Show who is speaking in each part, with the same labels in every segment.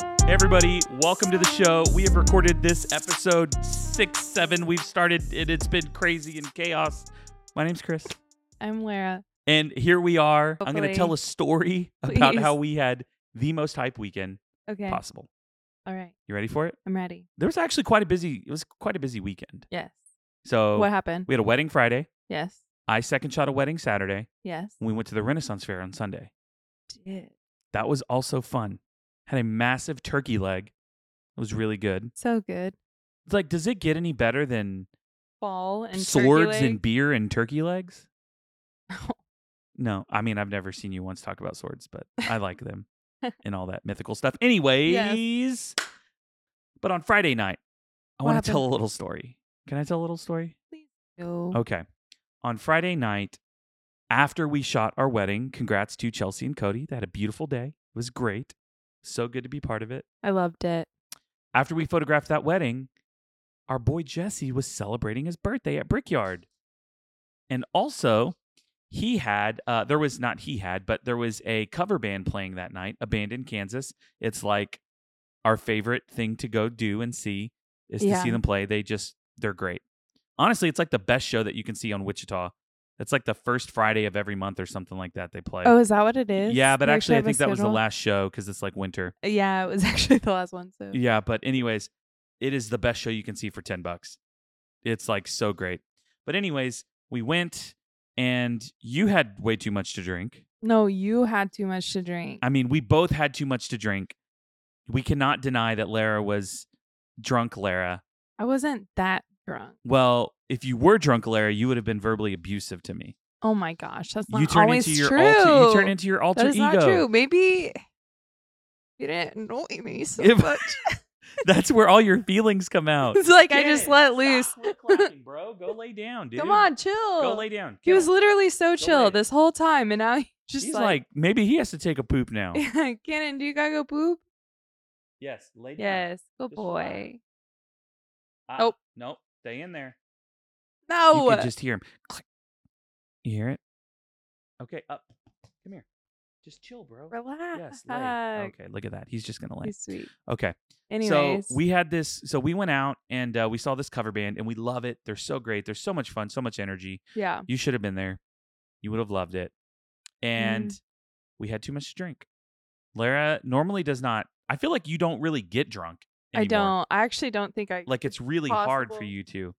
Speaker 1: Hey everybody, welcome to the show. We have recorded this episode six, seven. We've started it. It's been crazy and chaos. My name's Chris,
Speaker 2: I'm Lara.
Speaker 1: and here we are. I'm going to
Speaker 2: Hopefully.
Speaker 1: tell a story about
Speaker 2: Please.
Speaker 1: how we had the most hype weekend
Speaker 2: Okay.
Speaker 1: possible.
Speaker 2: All right.
Speaker 1: You ready for it?
Speaker 2: I'm ready.
Speaker 1: There was actually quite a busy. It was quite a busy weekend.
Speaker 2: Yes.
Speaker 1: So
Speaker 2: What happened?
Speaker 1: Oh, we had a wedding Friday.
Speaker 2: yes.
Speaker 1: I second shot a wedding Saturday.
Speaker 2: Yes.
Speaker 1: We went to the Renaissance Fair on Sunday. Mm.
Speaker 2: Did.
Speaker 1: That was also fun. Had a massive turkey leg. It was really good.
Speaker 2: So good.
Speaker 1: It's like, does it get any better than
Speaker 2: Fall and
Speaker 1: swords
Speaker 2: turkey
Speaker 1: and
Speaker 2: leg.
Speaker 1: beer and turkey legs? No, I mean I've never seen you once talk about swords, but I like them and all that mythical stuff. Anyways, but on Friday night, I
Speaker 2: What
Speaker 1: want to
Speaker 2: happened? Mm.
Speaker 1: tell a little story. Can I tell a little story?
Speaker 2: No.
Speaker 1: Okay. On Friday night, after we shot our wedding, congrats to Chelsea and Cody. They had a beautiful day. It was great. So good to be part of it.
Speaker 2: I loved it.
Speaker 1: After we photographed that wedding, our boy Jesse was celebrating his birthday at Brickyard. And also, he had, uh, there was not he had, but there was a cover band playing that night, a band in Kansas. It's like our favorite thing to go do and see is to
Speaker 2: Yeah.
Speaker 1: see them play. They just, they're great. Honestly, it's like the best show that you can see on Wichita. It's like the first Friday of every month or something like that they play.
Speaker 2: Oh, is that what it is?
Speaker 1: yeah, but
Speaker 2: They
Speaker 1: actually, I
Speaker 2: have a
Speaker 1: think that was the
Speaker 2: schedule?
Speaker 1: last show because it's like winter.
Speaker 2: Yeah, it was actually the last one. So
Speaker 1: Yeah, but anyways, it is the best show you can see for 10 bucks. It's like so great. But anyways, we went and you had way too much to drink.
Speaker 2: no, you had too much to drink.
Speaker 1: I mean, we both had too much to drink. We cannot deny that Lara was drunk Lara.
Speaker 2: I wasn't that drunk.
Speaker 1: Well, if you were drunk Lara, you would have been verbally abusive to me.
Speaker 2: Oh my gosh, that's not
Speaker 1: you turn
Speaker 2: always
Speaker 1: into your
Speaker 2: true.
Speaker 1: alter you turn into your alter
Speaker 2: that is
Speaker 1: ego.
Speaker 2: not true. Maybe you didn't annoy me so
Speaker 1: If-
Speaker 2: much.
Speaker 1: That's where all your feelings come out.
Speaker 2: it's like I just let loose.
Speaker 1: clapping, bro. Go lay down, dude.
Speaker 2: Come on, chill.
Speaker 1: Go lay down.
Speaker 2: He was literally so chill
Speaker 1: lay.
Speaker 2: this whole time, and now he's just
Speaker 1: He's "Oh."
Speaker 2: like,
Speaker 1: like, maybe he has to take a poop now.
Speaker 2: Cannon, do you gotta go poop?
Speaker 1: yes, lay down.
Speaker 2: Yes, good
Speaker 1: Just
Speaker 2: boy.
Speaker 1: Ah,
Speaker 2: Nope.
Speaker 1: Nope. Stay in there. You
Speaker 2: No,
Speaker 1: can just hear him. Click. You hear it? Okay, up. Come here. Just chill, bro.
Speaker 2: relax.
Speaker 1: Yes, lay. Okay, look at that. He's just gonna lay.
Speaker 2: He's sweet.
Speaker 1: Okay.
Speaker 2: Anyways,
Speaker 1: So we had this. So we went out and uh, we saw this cover band, and we love it. They're so great. They're so much fun. So much energy.
Speaker 2: yeah,
Speaker 1: You should have been there. You would have loved it. And
Speaker 2: Mm.
Speaker 1: we had too much to drink. Lara normally does not. I feel like you don't really get drunk.
Speaker 2: I
Speaker 1: anymore.
Speaker 2: don't. I actually don't think I
Speaker 1: like it's really hard for
Speaker 2: possible.
Speaker 1: you to.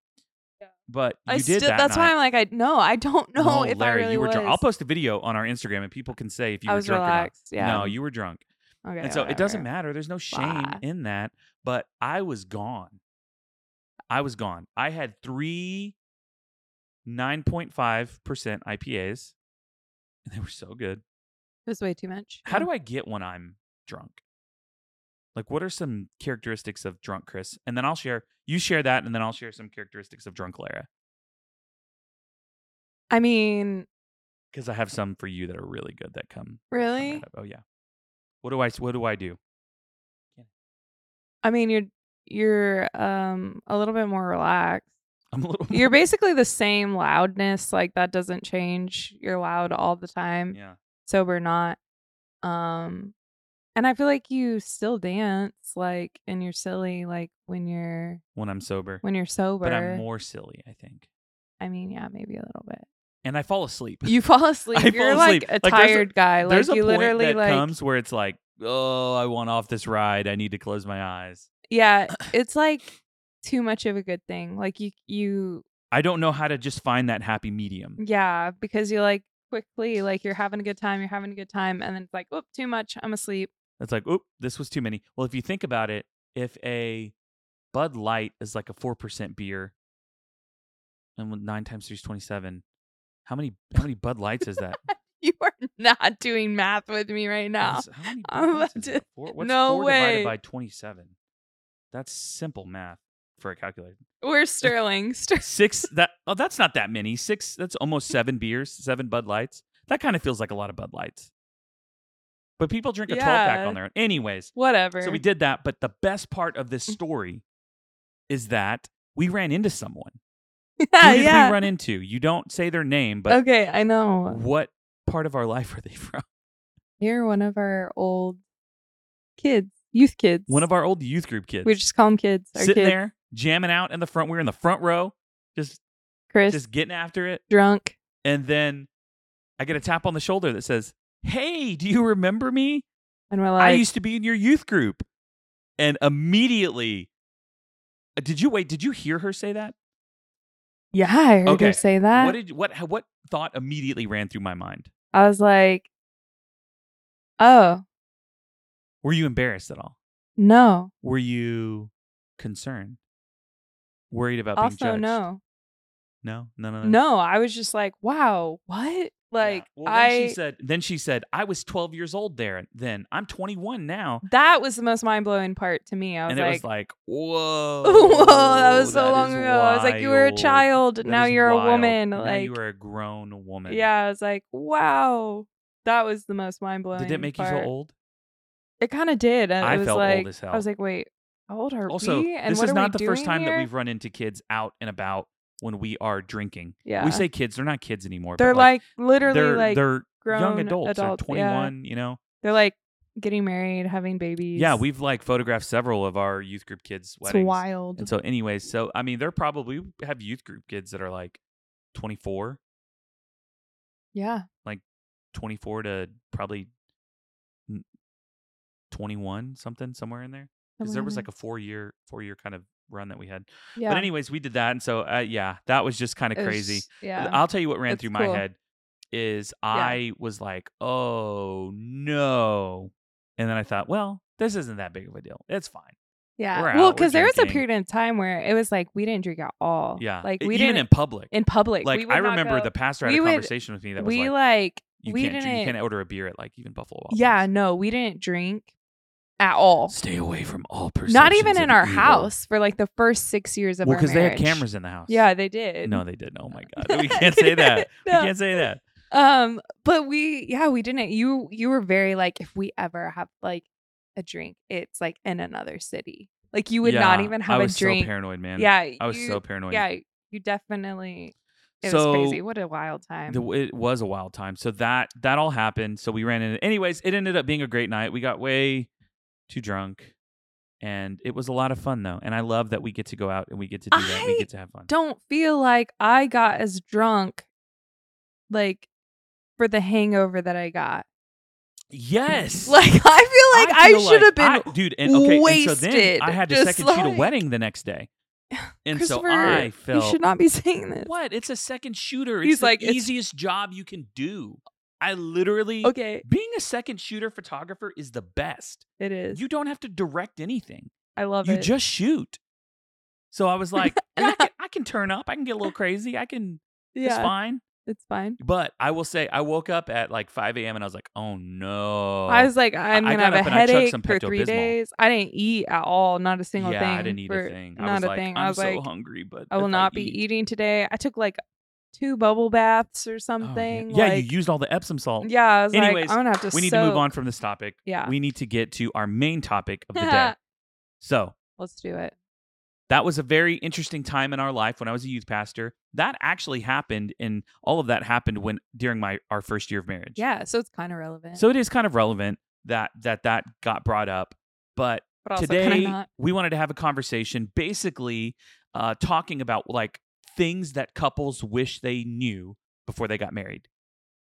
Speaker 2: Yeah.
Speaker 1: But you
Speaker 2: I
Speaker 1: did
Speaker 2: still.
Speaker 1: that.
Speaker 2: That's
Speaker 1: night.
Speaker 2: why I'm like, I no, I don't know
Speaker 1: No,
Speaker 2: if
Speaker 1: Larry,
Speaker 2: I really
Speaker 1: you were
Speaker 2: was.
Speaker 1: drunk. I'll post a video on our Instagram and people can say if you
Speaker 2: I
Speaker 1: were
Speaker 2: was
Speaker 1: drunk
Speaker 2: relaxed.
Speaker 1: or
Speaker 2: Yeah.
Speaker 1: not. No, you were drunk.
Speaker 2: Okay.
Speaker 1: and so it doesn't
Speaker 2: whatever.
Speaker 1: matter. There's no shame
Speaker 2: Blah.
Speaker 1: in that. But I was gone. I was gone. I had three 9.5% IPAs. And they were so good.
Speaker 2: It was way too much.
Speaker 1: How do I get when I'm drunk? Like what are some characteristics of drunk Chris? And then I'll share you share that and then I'll share some characteristics of drunk Lara.
Speaker 2: I? I mean,
Speaker 1: Because I have some for you that are really good that come from that
Speaker 2: really?
Speaker 1: up. Oh yeah. What do I what do I do?
Speaker 2: I mean, you're you're um a little bit more relaxed.
Speaker 1: I'm a little
Speaker 2: You're basically the same loudness. Like that doesn't change. You're loud all the time.
Speaker 1: yeah.
Speaker 2: sober not um and i feel like you still dance like and you're silly like when you're
Speaker 1: When I'm sober.
Speaker 2: when you're sober
Speaker 1: But I'm more silly, I think.
Speaker 2: i mean yeah maybe a little bit
Speaker 1: And I fall asleep.
Speaker 2: you fall asleep
Speaker 1: I
Speaker 2: you're
Speaker 1: fall
Speaker 2: like
Speaker 1: asleep.
Speaker 2: a
Speaker 1: Like, there's a-
Speaker 2: tired guy like
Speaker 1: There's a
Speaker 2: you
Speaker 1: point
Speaker 2: literally
Speaker 1: that
Speaker 2: like
Speaker 1: comes where it's like, oh, I want off this ride. I need to close my eyes.
Speaker 2: yeah it's like too much of a good thing like you you
Speaker 1: I don't know how to just find that happy medium.
Speaker 2: yeah because you like quickly like you're having a good time you're having a good time and then it's like oop too much i'm asleep
Speaker 1: It's like, oop, this was too many. Well, if you think about it, if a Bud Light is like a four percent beer, and when nine times three is twenty-seven, how many how many Bud Lights is that?
Speaker 2: you are not doing math with me right now
Speaker 1: That's- How many
Speaker 2: I'm
Speaker 1: buttons
Speaker 2: about
Speaker 1: is
Speaker 2: to-
Speaker 1: that? Four- what's
Speaker 2: no
Speaker 1: four
Speaker 2: way.
Speaker 1: divided by 27? That's simple math for a calculator.
Speaker 2: we're sterling Ster-
Speaker 1: Six that oh that's not that many. Six that's almost seven beers, seven Bud Lights. That kind of feels like a lot of Bud Lights. But people drink a 12 pack
Speaker 2: Yeah.
Speaker 1: on their own. Anyways,
Speaker 2: whatever
Speaker 1: so we did that, but the best part of
Speaker 2: Mm.
Speaker 1: this story is that we ran into someone. Who
Speaker 2: yeah,
Speaker 1: did
Speaker 2: yeah.
Speaker 1: we run into? You don't say their name, but
Speaker 2: okay, I know.
Speaker 1: what part of our life were they from?
Speaker 2: You're one of our old kids. youth kids.
Speaker 1: One of our old youth group kids.
Speaker 2: we just call them kids. Our
Speaker 1: sitting
Speaker 2: kids.
Speaker 1: there jamming out in the front. We were in the front row, just
Speaker 2: Chris
Speaker 1: just getting after it.
Speaker 2: drunk.
Speaker 1: And then I get a tap on the shoulder that says, "Hey, do you remember me?
Speaker 2: And we're
Speaker 1: I
Speaker 2: like,
Speaker 1: used to be in your youth group." And immediately, Uh, did you wait? Did you hear her say that?
Speaker 2: yeah, I heard
Speaker 1: Okay.
Speaker 2: her say that.
Speaker 1: what did what what thought immediately ran through my mind?
Speaker 2: I was like, oh,
Speaker 1: Were you embarrassed at all?
Speaker 2: no.
Speaker 1: Were you concerned? Worried about being
Speaker 2: Also,
Speaker 1: judged?
Speaker 2: no.
Speaker 1: no, no, no, no.
Speaker 2: No, I was just like, wow, what?
Speaker 1: Yeah.
Speaker 2: Like,
Speaker 1: Well, then
Speaker 2: I.
Speaker 1: she said. Then she said, "I was 12 years old there. Then I'm 21 now."
Speaker 2: that was the most mind blowing part to me. I was
Speaker 1: and it
Speaker 2: like,
Speaker 1: was like, "Whoa,
Speaker 2: Whoa, that was so
Speaker 1: Oh, that
Speaker 2: long
Speaker 1: is
Speaker 2: ago. I was like, you were a
Speaker 1: wild.
Speaker 2: child.
Speaker 1: That
Speaker 2: now
Speaker 1: is
Speaker 2: you're
Speaker 1: wild.
Speaker 2: a woman.
Speaker 1: Now
Speaker 2: like,
Speaker 1: you are a grown woman.
Speaker 2: yeah, I was like, wow, that was the most mind blowing.
Speaker 1: Did it make you feel old?
Speaker 2: It kind of did. and
Speaker 1: I
Speaker 2: it was
Speaker 1: felt old
Speaker 2: like,
Speaker 1: as
Speaker 2: I was
Speaker 1: hell.
Speaker 2: like, wait, how old are
Speaker 1: Also,
Speaker 2: we? And
Speaker 1: this
Speaker 2: what
Speaker 1: is
Speaker 2: are
Speaker 1: not
Speaker 2: we
Speaker 1: the first
Speaker 2: doing
Speaker 1: time
Speaker 2: here?
Speaker 1: that we've run into kids out and about when we are drinking.
Speaker 2: Yeah,
Speaker 1: We say kids; they're not kids anymore. but,
Speaker 2: they're like, literally
Speaker 1: they're
Speaker 2: like
Speaker 1: they're
Speaker 2: grown
Speaker 1: young adults.
Speaker 2: adults,
Speaker 1: they're
Speaker 2: yeah.
Speaker 1: 21. You know.
Speaker 2: They're like getting married, having babies.
Speaker 1: Yeah, we've like photographed several of our youth group kids'
Speaker 2: It's
Speaker 1: weddings.
Speaker 2: wild.
Speaker 1: And so, anyways, so I mean, they're probably we have youth group kids that are like 24,
Speaker 2: yeah,
Speaker 1: 24 to probably n- 21, something somewhere in there.
Speaker 2: Oh,
Speaker 1: Because there was like a four year, four year kind of run that we had.
Speaker 2: yeah.
Speaker 1: But anyways, we did that, and so uh, yeah, that was just kind of
Speaker 2: it was
Speaker 1: crazy.
Speaker 2: just- yeah,
Speaker 1: I'll tell you what ran
Speaker 2: It's
Speaker 1: through
Speaker 2: cool.
Speaker 1: my head is I was like, oh no, and then I thought, well, this isn't that big of a deal. It's fine.
Speaker 2: yeah.
Speaker 1: we're out,
Speaker 2: well,
Speaker 1: we're
Speaker 2: because there was a
Speaker 1: drinking.
Speaker 2: period of time where it was like we didn't drink at all.
Speaker 1: Yeah,
Speaker 2: Oh, like
Speaker 1: E-
Speaker 2: we
Speaker 1: even
Speaker 2: didn't
Speaker 1: in public.
Speaker 2: in public.
Speaker 1: like
Speaker 2: we would
Speaker 1: I
Speaker 2: not
Speaker 1: remember
Speaker 2: go-
Speaker 1: the pastor had
Speaker 2: we
Speaker 1: a
Speaker 2: would-
Speaker 1: conversation with me that was
Speaker 2: we
Speaker 1: like,
Speaker 2: like
Speaker 1: you
Speaker 2: we
Speaker 1: can't drink- you
Speaker 2: didn't-
Speaker 1: can't order a beer at like even Buffalo. Wild
Speaker 2: yeah
Speaker 1: Wings.
Speaker 2: no we didn't drink at all
Speaker 1: Stay away from all persons.
Speaker 2: not even in our house for like the first six years of
Speaker 1: Well,
Speaker 2: our
Speaker 1: because they had
Speaker 2: marriage.
Speaker 1: cameras in the house.
Speaker 2: yeah they did
Speaker 1: No, they didn't. Oh my god, we can't say that. We
Speaker 2: No.
Speaker 1: can't say that.
Speaker 2: um but we yeah we didn't you you were very like if we ever have like a drink it's like in another city like you would not
Speaker 1: Yeah,
Speaker 2: even
Speaker 1: I
Speaker 2: have a
Speaker 1: was
Speaker 2: drink
Speaker 1: So paranoid, man.
Speaker 2: yeah
Speaker 1: I was
Speaker 2: you-
Speaker 1: so paranoid.
Speaker 2: yeah you definitely it
Speaker 1: So,
Speaker 2: was crazy what a wild time
Speaker 1: The, it was a wild time. So that that all happened. So we ran in. Anyways, it ended up being a great night. We got way too drunk, and it was a lot of fun though. And I love that we get to go out and we get to do that.
Speaker 2: I
Speaker 1: We get to have fun.
Speaker 2: don't feel like I got as drunk like for the hangover that I got.
Speaker 1: Yes.
Speaker 2: Like I feel like I,
Speaker 1: feel
Speaker 2: should have
Speaker 1: like
Speaker 2: been
Speaker 1: I- dude. And okay, and so then
Speaker 2: wasted,
Speaker 1: I had to
Speaker 2: just
Speaker 1: second sheet a
Speaker 2: like-
Speaker 1: wedding the next day, and so
Speaker 2: Christopher,
Speaker 1: I felt
Speaker 2: you should not be saying this.
Speaker 1: what? It's a second shooter.
Speaker 2: He's
Speaker 1: it's the
Speaker 2: like, it's-
Speaker 1: easiest job you can do. I literally
Speaker 2: Okay,
Speaker 1: being a second shooter photographer is the best.
Speaker 2: it is.
Speaker 1: You don't have to direct anything.
Speaker 2: I love
Speaker 1: you
Speaker 2: it.
Speaker 1: just shoot. So I was like, and I can, I can turn up. I can get a little crazy. I can. It's
Speaker 2: yeah,
Speaker 1: fine.
Speaker 2: it's fine.
Speaker 1: But I will say, I woke up at like 5 a.m. and I was like, oh no.
Speaker 2: I was like, I'm
Speaker 1: Oh, I
Speaker 2: gonna
Speaker 1: got up
Speaker 2: have a
Speaker 1: and I chugged
Speaker 2: headache
Speaker 1: some
Speaker 2: for three
Speaker 1: Pepto-Bismol.
Speaker 2: days. I didn't eat at all, not a single
Speaker 1: yeah,
Speaker 2: thing.
Speaker 1: I didn't eat
Speaker 2: for-
Speaker 1: a thing. I
Speaker 2: Not
Speaker 1: was
Speaker 2: a
Speaker 1: like,
Speaker 2: thing.
Speaker 1: I'm
Speaker 2: was
Speaker 1: so
Speaker 2: like,
Speaker 1: hungry, but
Speaker 2: I will
Speaker 1: if
Speaker 2: not be
Speaker 1: eat-
Speaker 2: eating today. I took like two bubble baths or
Speaker 1: Oh, yeah.
Speaker 2: something.
Speaker 1: yeah,
Speaker 2: like-
Speaker 1: you used all the Epsom salt.
Speaker 2: Yeah, I was
Speaker 1: Anyways,
Speaker 2: like, I'm gonna have to.
Speaker 1: we need to
Speaker 2: soak.
Speaker 1: move on from this topic.
Speaker 2: Yeah,
Speaker 1: We need to get to our main topic of the day. So
Speaker 2: let's do it.
Speaker 1: that was a very interesting time in our life when I was a youth pastor. That actually happened, and all of that happened when during my our first year of marriage.
Speaker 2: Yeah, so it's kind of relevant.
Speaker 1: So it is kind of relevant that that that got brought up, but
Speaker 2: but also kinda
Speaker 1: today
Speaker 2: not.
Speaker 1: we wanted to have a conversation basically uh, talking about like things that couples wish they knew before they got married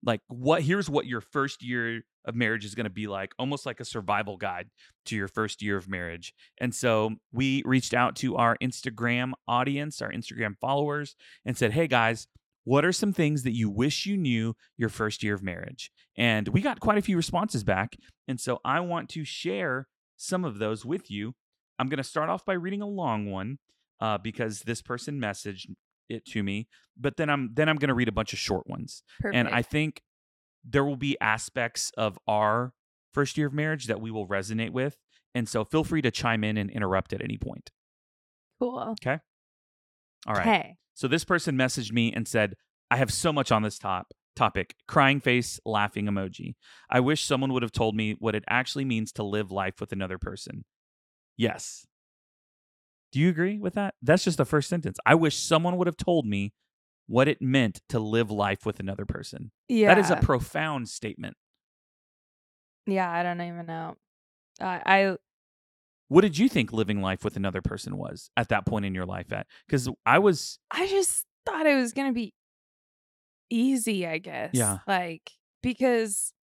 Speaker 1: like what here's what your first year of marriage is going to be like almost like a survival guide to your first year of marriage and so we reached out to our instagram audience our instagram followers and said hey guys what are some things that you wish you knew your first year of marriage and we got quite a few responses back and so i want to share some of those with you. I'm going to start off by reading a long one uh, because this person messaged it to me, but then I'm then I'm going to read a bunch of short ones.
Speaker 2: Perfect.
Speaker 1: And I think there will be aspects of our first year of marriage that we will resonate with, and so feel free to chime in and interrupt at any point.
Speaker 2: cool.
Speaker 1: All right.
Speaker 2: Okay.
Speaker 1: So this person messaged me and said, "I have so much on this top topic. Crying face, laughing emoji. I wish someone would have told me what it actually means to live life with another person." Yes. Do you agree with that? That's just the first sentence. I wish someone would have told me what it meant to live life with another person.
Speaker 2: Yeah.
Speaker 1: That is a profound statement.
Speaker 2: yeah. I don't even know. I I
Speaker 1: What did you think living life with another person was at that point in your life? At because I was
Speaker 2: I just thought it was gonna be easy, I guess.
Speaker 1: Yeah.
Speaker 2: Like because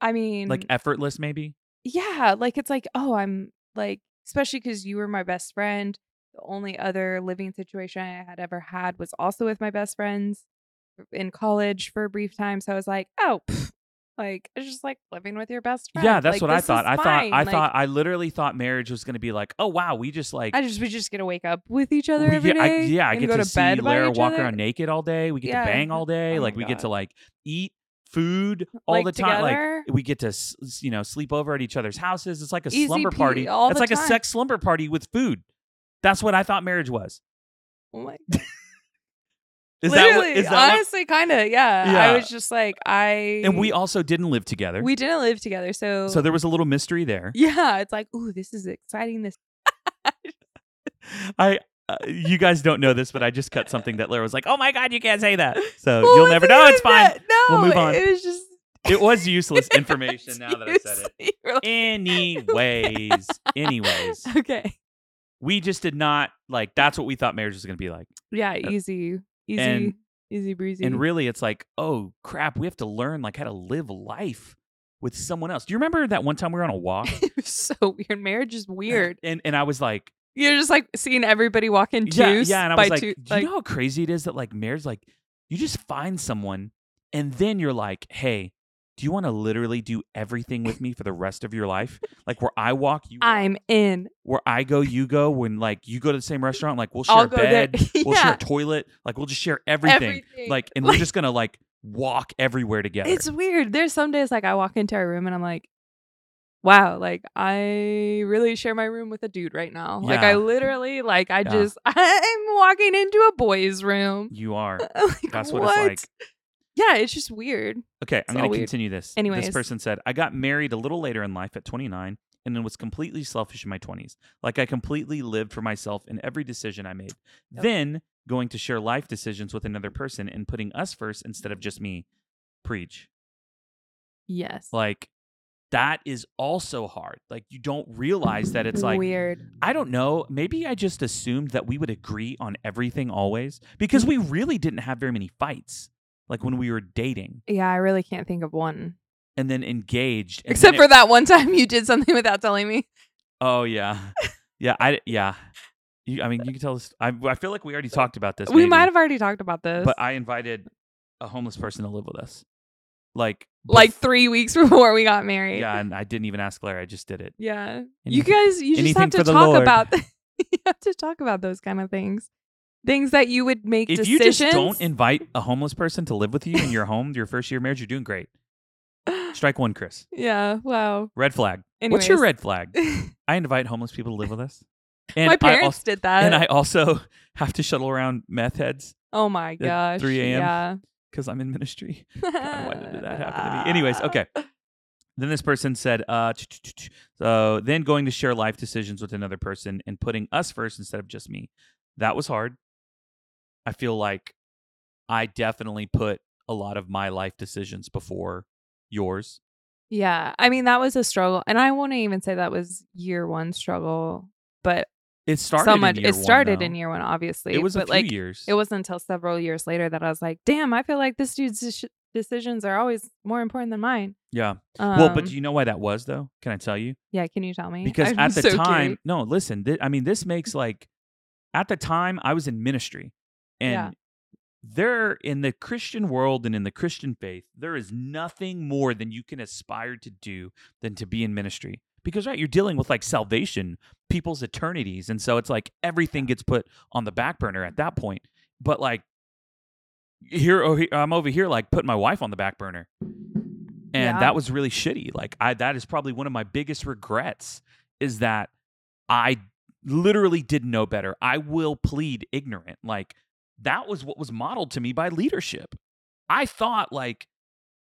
Speaker 2: I mean
Speaker 1: like effortless, maybe.
Speaker 2: yeah, like it's like, oh, I'm like, especially because you were my best friend. The only other living situation I had ever had was also with my best friends uh, in college for a brief time. So I was like, oh, pff, like it's just like living with your best friend.
Speaker 1: Yeah, that's
Speaker 2: Like,
Speaker 1: what I
Speaker 2: this
Speaker 1: thought.
Speaker 2: is
Speaker 1: I thought
Speaker 2: fine.
Speaker 1: I
Speaker 2: Like,
Speaker 1: thought I literally thought marriage was going to be like, oh wow, we just like
Speaker 2: I just we just get to wake up with each other
Speaker 1: we
Speaker 2: every
Speaker 1: get- I-
Speaker 2: day.
Speaker 1: yeah, I
Speaker 2: and
Speaker 1: get
Speaker 2: go
Speaker 1: to,
Speaker 2: to,
Speaker 1: see
Speaker 2: bed by
Speaker 1: Lara
Speaker 2: each
Speaker 1: walk
Speaker 2: other.
Speaker 1: around naked all day. We get
Speaker 2: Yeah.
Speaker 1: to bang all day.
Speaker 2: Oh
Speaker 1: like
Speaker 2: my
Speaker 1: we get to
Speaker 2: God.
Speaker 1: like eat food all
Speaker 2: Like,
Speaker 1: the time.
Speaker 2: together?
Speaker 1: Like we get to s- s- you know sleep over at each other's houses. It's like a
Speaker 2: Easy
Speaker 1: slumber
Speaker 2: pea
Speaker 1: party.
Speaker 2: all
Speaker 1: it's
Speaker 2: the
Speaker 1: like a
Speaker 2: time.
Speaker 1: sex slumber party with food. That's what I thought marriage was.
Speaker 2: Oh my
Speaker 1: Is that what?
Speaker 2: Literally,
Speaker 1: Is that what-
Speaker 2: honestly, kind of, yeah. I
Speaker 1: Yeah.
Speaker 2: was just like, I
Speaker 1: and we also didn't live together.
Speaker 2: we didn't live together, so
Speaker 1: so there was a little mystery there.
Speaker 2: yeah, it's like, ooh, this is exciting. This
Speaker 1: I uh, you guys don't know this, but I just cut something that Lara was like, "Oh my god, you can't say that." So
Speaker 2: What
Speaker 1: Uh, you'll
Speaker 2: was
Speaker 1: never
Speaker 2: it
Speaker 1: know. It's
Speaker 2: even
Speaker 1: fine.
Speaker 2: that- No,
Speaker 1: We'll move on.
Speaker 2: It was just
Speaker 1: It was useless information. now that I said it.
Speaker 2: You were like,
Speaker 1: Anyways, anyways,
Speaker 2: okay,
Speaker 1: we just did not like. That's what we thought marriage was going to be like,
Speaker 2: yeah, easy, easy,
Speaker 1: Uh, and-
Speaker 2: easy breezy.
Speaker 1: and really, it's like, oh crap, we have to learn like how to live life with someone else. Do you remember that one time we were on a walk,
Speaker 2: it was so weird. Marriage is weird.
Speaker 1: and and I was like,
Speaker 2: You're just like seeing everybody walk in twos.
Speaker 1: yeah, yeah, and I
Speaker 2: by
Speaker 1: was like,
Speaker 2: two,
Speaker 1: do you know how crazy it is that like marriage, like you just find someone, and then you're like, hey. Do you want to literally do everything with me for the rest of your life? Like where I walk, you walk.
Speaker 2: I'm in.
Speaker 1: where I go, you go. When like you go to the same restaurant, like we'll share
Speaker 2: I'll
Speaker 1: a
Speaker 2: go
Speaker 1: bed,
Speaker 2: there. yeah.
Speaker 1: We'll share a toilet. Like we'll just share everything.
Speaker 2: Everything.
Speaker 1: Like, and we're just gonna like walk everywhere together.
Speaker 2: It's weird. There's some days like I walk into our room and I'm like, wow, like I really share my room with a dude right now. Like I
Speaker 1: Yeah.
Speaker 2: literally like I
Speaker 1: Yeah.
Speaker 2: just I'm walking into a boy's room.
Speaker 1: you are.
Speaker 2: Like,
Speaker 1: That's what it's like.
Speaker 2: Yeah, it's just weird.
Speaker 1: Okay, I'm
Speaker 2: all
Speaker 1: gonna
Speaker 2: weird.
Speaker 1: continue this.
Speaker 2: Anyways.
Speaker 1: this person said, "I got married a little later in life at 29, and then was completely selfish in my 20s. Like I completely lived for myself in every decision I made.
Speaker 2: Yep.
Speaker 1: Then going to share life decisions with another person and putting us first instead of just me. Preach.
Speaker 2: Yes.
Speaker 1: Like." That is also hard. Like you don't realize that it's like
Speaker 2: weird.
Speaker 1: I don't know. Maybe I just assumed that we would agree on everything always because
Speaker 2: Mm-hmm.
Speaker 1: we really didn't have very many fights. Like when we were dating
Speaker 2: Yeah, I really can't think of one.
Speaker 1: and then engaged. and
Speaker 2: Except
Speaker 1: then
Speaker 2: for
Speaker 1: it-
Speaker 2: that one time you did something without telling me.
Speaker 1: Oh yeah, yeah. I yeah. You, I mean, you can tell us. I, I feel like we already talked about this.
Speaker 2: We
Speaker 1: maybe,
Speaker 2: might have already talked about this.
Speaker 1: But I invited a homeless person to live with us. Like
Speaker 2: like
Speaker 1: bef-
Speaker 2: three weeks before we got married.
Speaker 1: yeah, and I didn't even ask Larry. I just did it.
Speaker 2: Yeah. you
Speaker 1: Anything-
Speaker 2: guys, you just
Speaker 1: anything
Speaker 2: have
Speaker 1: for
Speaker 2: to
Speaker 1: the
Speaker 2: talk
Speaker 1: Lord.
Speaker 2: about. you have to talk about those kind of things, things that you would make
Speaker 1: If you
Speaker 2: decisions.
Speaker 1: just don't invite a homeless person to live with you in your home, your first year of marriage, you're doing great. Strike one, Chris.
Speaker 2: yeah. Wow.
Speaker 1: Red flag.
Speaker 2: Anyways.
Speaker 1: What's your red flag?
Speaker 2: red?
Speaker 1: I invite homeless people to live with us. And
Speaker 2: My parents
Speaker 1: I also,
Speaker 2: did that.
Speaker 1: and I also have to shuttle around meth heads
Speaker 2: oh my gosh.
Speaker 1: 3 a.m..
Speaker 2: Yeah.
Speaker 1: because I'm in ministry. God, why did that happen to me? Anyways,
Speaker 2: Ah.
Speaker 1: okay. Then this person said, uh, ch- ch- ch- ch- so then going to share life decisions with another person and putting us first instead of just me. That was hard. I feel like I definitely put a lot of my life decisions before yours.
Speaker 2: Yeah. I mean, that was a struggle, and I won't even say that was year one struggle, but
Speaker 1: It started
Speaker 2: so
Speaker 1: in
Speaker 2: much.
Speaker 1: year
Speaker 2: it
Speaker 1: one,
Speaker 2: started
Speaker 1: though.
Speaker 2: in year one, obviously.
Speaker 1: It was a
Speaker 2: but
Speaker 1: few
Speaker 2: like
Speaker 1: years.
Speaker 2: it wasn't until several years later that I was like, damn, I feel like this dude's deci- decisions are always more important than mine.
Speaker 1: yeah. well, but
Speaker 2: Um,
Speaker 1: do you know why that was though? Can I tell you?
Speaker 2: yeah, can you tell me?
Speaker 1: because
Speaker 2: I'm
Speaker 1: at the
Speaker 2: so
Speaker 1: time
Speaker 2: curious.
Speaker 1: no listen thi- i mean this makes like at the time i was in ministry and
Speaker 2: Yeah.
Speaker 1: there in the christian world and in the christian faith there is nothing more than you can aspire to do than to be in ministry because right you're dealing with like salvation people's eternities and so it's like everything gets put on the back burner at that point but like here oh, he- i'm over here like putting my wife on the back burner and
Speaker 2: Yeah.
Speaker 1: that was really shitty like i that is probably one of my biggest regrets is that i literally didn't know better i will plead ignorant like that was what was modeled to me by leadership i thought like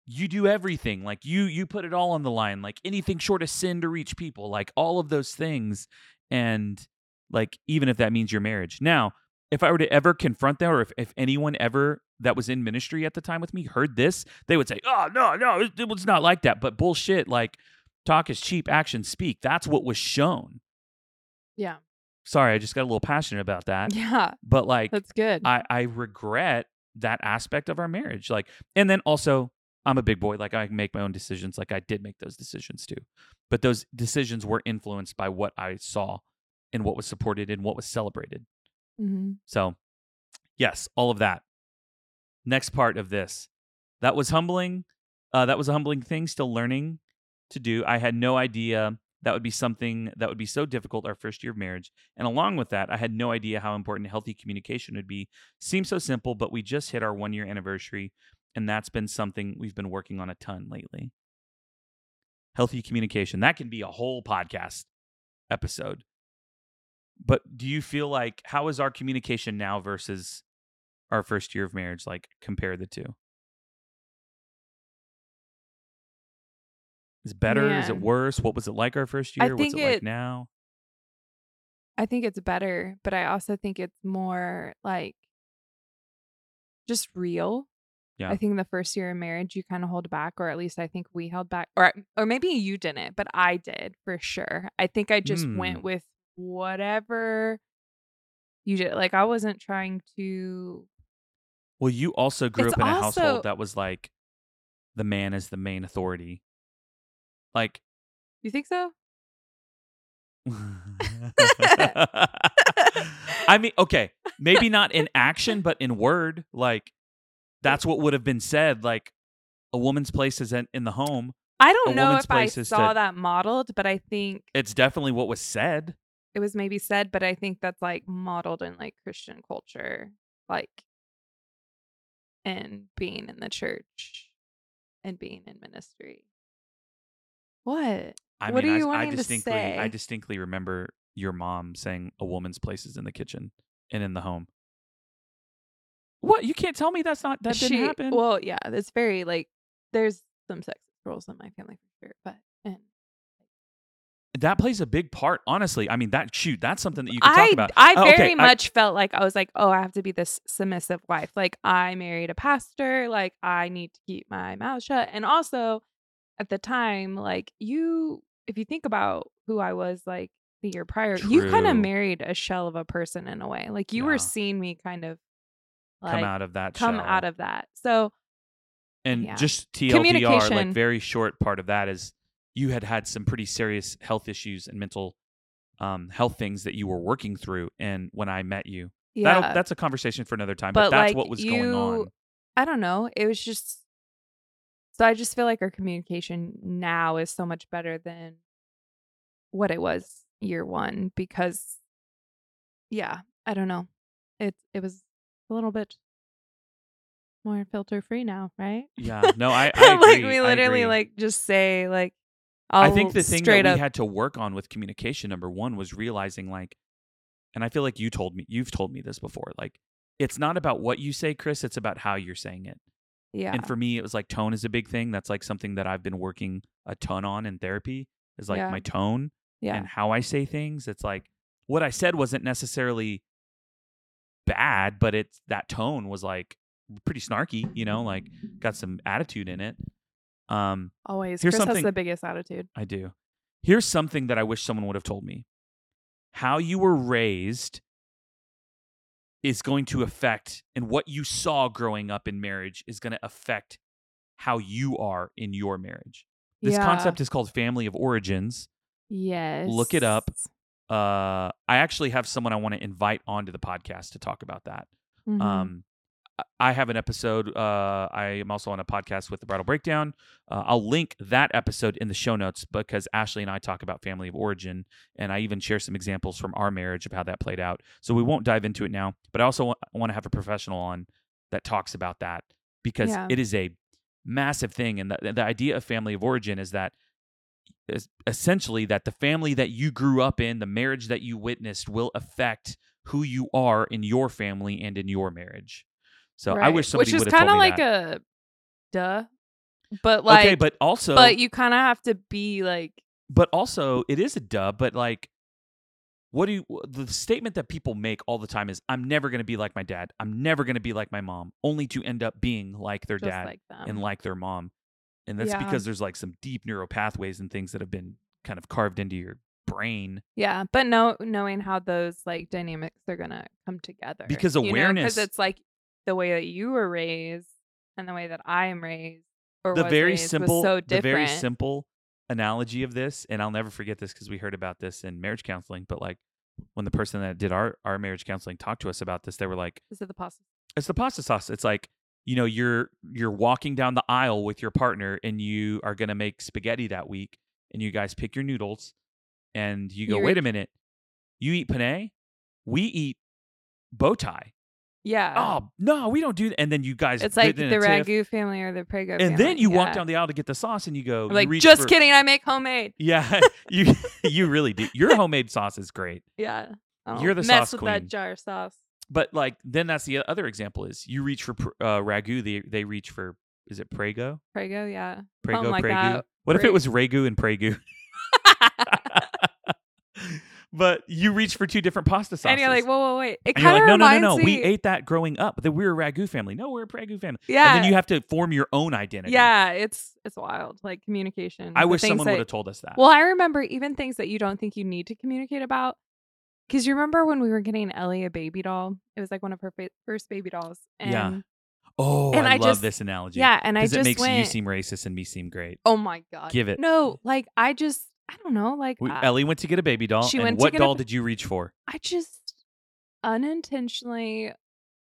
Speaker 1: you do everything like you you put it all on the line like anything short of sin to reach people like all of those things and like even if that means your marriage now if i were to ever confront that or if, if anyone ever that was in ministry at the time with me heard this they would say oh no no it, it was not like that but bullshit like Talk is cheap, actions speak. That's what was shown.
Speaker 2: Yeah.
Speaker 1: Sorry, I just got a little passionate about that.
Speaker 2: Yeah.
Speaker 1: But like
Speaker 2: That's good.
Speaker 1: I, I regret that aspect of our marriage. Like, and then also, I'm a big boy. Like, I can make my own decisions. Like, I did make those decisions too. But those decisions were influenced by what I saw and what was supported and what was celebrated.
Speaker 2: mm-hmm.
Speaker 1: So, yes, all of that. Next part of this that was humbling. Uh, that was a humbling thing, still learning to do. I had no idea that would be something that would be so difficult our first year of marriage. And along with that, I had no idea how important healthy communication would be. Seems so simple, but we just hit our one year anniversary, and that's been something we've been working on a ton lately. Healthy communication. That can be a whole podcast episode. But do you feel like how is our communication now versus our first year of marriage? Like compare the two. Is it better? Is it
Speaker 2: Man.
Speaker 1: worse? What was it like our first
Speaker 2: I
Speaker 1: year? What's it,
Speaker 2: think
Speaker 1: like
Speaker 2: it-
Speaker 1: now?
Speaker 2: I think it's better, but I also think it's more like just real.
Speaker 1: Yeah.
Speaker 2: I think the first year of marriage you kind of hold back or at least I think we held back or or maybe you didn't, but I did for sure. I think I just
Speaker 1: Mm.
Speaker 2: went with whatever you did. Like I wasn't trying to
Speaker 1: Well, you also grew
Speaker 2: It's
Speaker 1: up in a
Speaker 2: also-
Speaker 1: household that was like the man is the main authority. Like
Speaker 2: You think so?
Speaker 1: I mean, okay, maybe not in action, but in word, like that's what would have been said. Like a woman's place is in, in the home.
Speaker 2: I
Speaker 1: A
Speaker 2: don't know
Speaker 1: woman's
Speaker 2: if I
Speaker 1: place is
Speaker 2: saw
Speaker 1: to-
Speaker 2: that modeled, but I think
Speaker 1: It's definitely what was said.
Speaker 2: it was maybe said, but I think that's like modeled in like Christian culture, like and being in the church and being in ministry. What?
Speaker 1: I
Speaker 2: What
Speaker 1: mean,
Speaker 2: are
Speaker 1: I,
Speaker 2: you
Speaker 1: I
Speaker 2: wanting to
Speaker 1: distinctly, I
Speaker 2: say?
Speaker 1: distinctly remember your mom saying a woman's place is in the kitchen and in the home. What you can't tell me that's not that didn't
Speaker 2: She-
Speaker 1: happen.
Speaker 2: Well, yeah, it's very like there's some sex roles in my family for sure, but and
Speaker 1: that plays a big part, honestly. I mean, that shoot, that's something that you can talk
Speaker 2: I
Speaker 1: about.
Speaker 2: I
Speaker 1: Oh, okay,
Speaker 2: very
Speaker 1: I-
Speaker 2: much felt like I was like, oh, I have to be this submissive wife. Like I married a pastor. Like I need to keep my mouth shut. And also, at the time, like you, if you think about who I was, like the year prior, you kind
Speaker 1: True.
Speaker 2: of married a shell of a person in a way. Like you
Speaker 1: Yeah.
Speaker 2: were seeing me kind of like
Speaker 1: come out of that.
Speaker 2: come
Speaker 1: shell.
Speaker 2: out of that. So
Speaker 1: And
Speaker 2: Yeah.
Speaker 1: just TLDR, like
Speaker 2: Communication.
Speaker 1: very short part of that is you had had some pretty serious health issues and mental um, health things that you were working through. And when I met you,
Speaker 2: yeah,
Speaker 1: That'll, that's a conversation for another time. But,
Speaker 2: But,
Speaker 1: that's
Speaker 2: like,
Speaker 1: what was going
Speaker 2: you-
Speaker 1: on.
Speaker 2: I don't know. It was just so I just feel like our communication now is so much better than what it was year one because yeah, I don't know. It it was a little bit more filter free now, right?
Speaker 1: Yeah, no, I, I agree.
Speaker 2: like we
Speaker 1: I
Speaker 2: literally
Speaker 1: agree.
Speaker 2: like just say like
Speaker 1: I
Speaker 2: I'll
Speaker 1: think the thing that
Speaker 2: Oh, straight
Speaker 1: we
Speaker 2: up
Speaker 1: had to work on with communication number one was realizing like, and I feel like you told me you've told me this before. Like, it's not about what you say, Chris. It's about how you're saying it.
Speaker 2: yeah.
Speaker 1: And for me, it was like tone is a big thing. That's like something that I've been working a ton on in therapy. Is like
Speaker 2: Yeah.
Speaker 1: my tone
Speaker 2: yeah.
Speaker 1: and how I say things. It's like what I said wasn't necessarily bad, but it's that tone was like pretty snarky, you know, like got some attitude in it. Um,
Speaker 2: Always
Speaker 1: here's
Speaker 2: Chris
Speaker 1: something-
Speaker 2: has the biggest attitude.
Speaker 1: I do. Here's something that I wish someone would have told me. How you were raised is going to affect, and what you saw growing up in marriage is going to affect how you are in your marriage. This
Speaker 2: yeah.
Speaker 1: concept is called family of origins.
Speaker 2: Yes.
Speaker 1: look it up. Uh, I actually have someone I want to invite onto the podcast to talk about that.
Speaker 2: Mhm.
Speaker 1: Um, I- I have an episode. Uh, I am also on a podcast with the Bridal Breakdown. Uh, I'll link that episode in the show notes because Ashley and I talk about family of origin, and I even share some examples from our marriage of how that played out. So we won't dive into it now, but I also want to have a professional on that talks about that because
Speaker 2: Yeah.
Speaker 1: it is a massive thing. And the, the idea of family of origin is that is essentially that the family that you grew up in, the marriage that you witnessed, will affect who you are in your family and in your marriage. So I
Speaker 2: Right.
Speaker 1: wish somebody
Speaker 2: which
Speaker 1: would
Speaker 2: is
Speaker 1: have
Speaker 2: kind
Speaker 1: told
Speaker 2: of
Speaker 1: me
Speaker 2: like
Speaker 1: that.
Speaker 2: a duh, but like,
Speaker 1: okay,
Speaker 2: but,
Speaker 1: but also,
Speaker 2: you kind of have to be like,
Speaker 1: but also it is a dub but like what do you wh- the statement that people make all the time is i'm never going to be like my dad i'm never going to be like my mom only to end up being like their
Speaker 2: just
Speaker 1: dad
Speaker 2: like them.
Speaker 1: and like their mom and that's
Speaker 2: Yeah.
Speaker 1: because there's like some deep neural pathways and things that have been kind of carved into your brain
Speaker 2: Yeah, but no, knowing how those like dynamics are gonna come together
Speaker 1: Because
Speaker 2: because
Speaker 1: awareness-
Speaker 2: it's like the way that you were raised and the way that I am raised, or
Speaker 1: the
Speaker 2: was
Speaker 1: very
Speaker 2: raised was
Speaker 1: simple
Speaker 2: so
Speaker 1: the very
Speaker 2: different.
Speaker 1: simple analogy of this and i'll never forget this because we heard about this in marriage counseling but like when the person that did our, our marriage counseling talked to us about this they were like
Speaker 2: Is it the pasta?
Speaker 1: it's the pasta sauce it's like you know you're you're walking down the aisle with your partner and you are going to make spaghetti that week and you guys pick your noodles and you go
Speaker 2: You
Speaker 1: wait
Speaker 2: eat-
Speaker 1: a minute you eat penne we eat bow tie
Speaker 2: Yeah.
Speaker 1: oh no we don't do that and then you guys
Speaker 2: it's
Speaker 1: get
Speaker 2: like the
Speaker 1: in a tiff.
Speaker 2: ragu family or the prego.
Speaker 1: and then you walk down the aisle to get the sauce and you go you
Speaker 2: like
Speaker 1: reach
Speaker 2: just
Speaker 1: for-
Speaker 2: kidding. I make homemade.
Speaker 1: yeah, you you really do. Your homemade sauce is great,
Speaker 2: Yeah. I don't
Speaker 1: You're the
Speaker 2: mess
Speaker 1: sauce
Speaker 2: with
Speaker 1: queen.
Speaker 2: that jar of sauce. but
Speaker 1: but like then that's the other example is you reach for pr- uh, ragu. They they reach for is it
Speaker 2: Oh
Speaker 1: prego?
Speaker 2: Prego, yeah.
Speaker 1: Prego,
Speaker 2: Something like
Speaker 1: prego.
Speaker 2: that.
Speaker 1: What if it
Speaker 2: Pre-
Speaker 1: was ragu and prego? but you reach for two different pasta sauces.
Speaker 2: and you're like, whoa, whoa, wait. It
Speaker 1: And you're
Speaker 2: kind
Speaker 1: like,
Speaker 2: of
Speaker 1: no, no, no, no.
Speaker 2: reminds me.
Speaker 1: We ate that growing up. That we were a ragu family. No, we're a prego family.
Speaker 2: yeah.
Speaker 1: And then you have to form your own identity.
Speaker 2: yeah, it's it's wild. Like communication.
Speaker 1: I
Speaker 2: the
Speaker 1: wish
Speaker 2: things
Speaker 1: someone
Speaker 2: that-
Speaker 1: would have told us that.
Speaker 2: Well, I remember even things that you don't think you need to communicate about. Because you remember when we were getting Ellie a baby doll? It was like one of her fa- first baby dolls. And
Speaker 1: Yeah. oh,
Speaker 2: and
Speaker 1: I,
Speaker 2: I
Speaker 1: love
Speaker 2: just-
Speaker 1: this analogy.
Speaker 2: yeah, and I
Speaker 1: Because
Speaker 2: just
Speaker 1: it makes
Speaker 2: went,
Speaker 1: you seem racist and me seem great.
Speaker 2: oh my God.
Speaker 1: Give it.
Speaker 2: No, like I just, I don't know. Like
Speaker 1: We,
Speaker 2: I-
Speaker 1: Ellie went to get a baby doll.
Speaker 2: Uh, she
Speaker 1: and
Speaker 2: went to
Speaker 1: what
Speaker 2: get a
Speaker 1: doll
Speaker 2: ba-
Speaker 1: did you reach for?
Speaker 2: I just unintentionally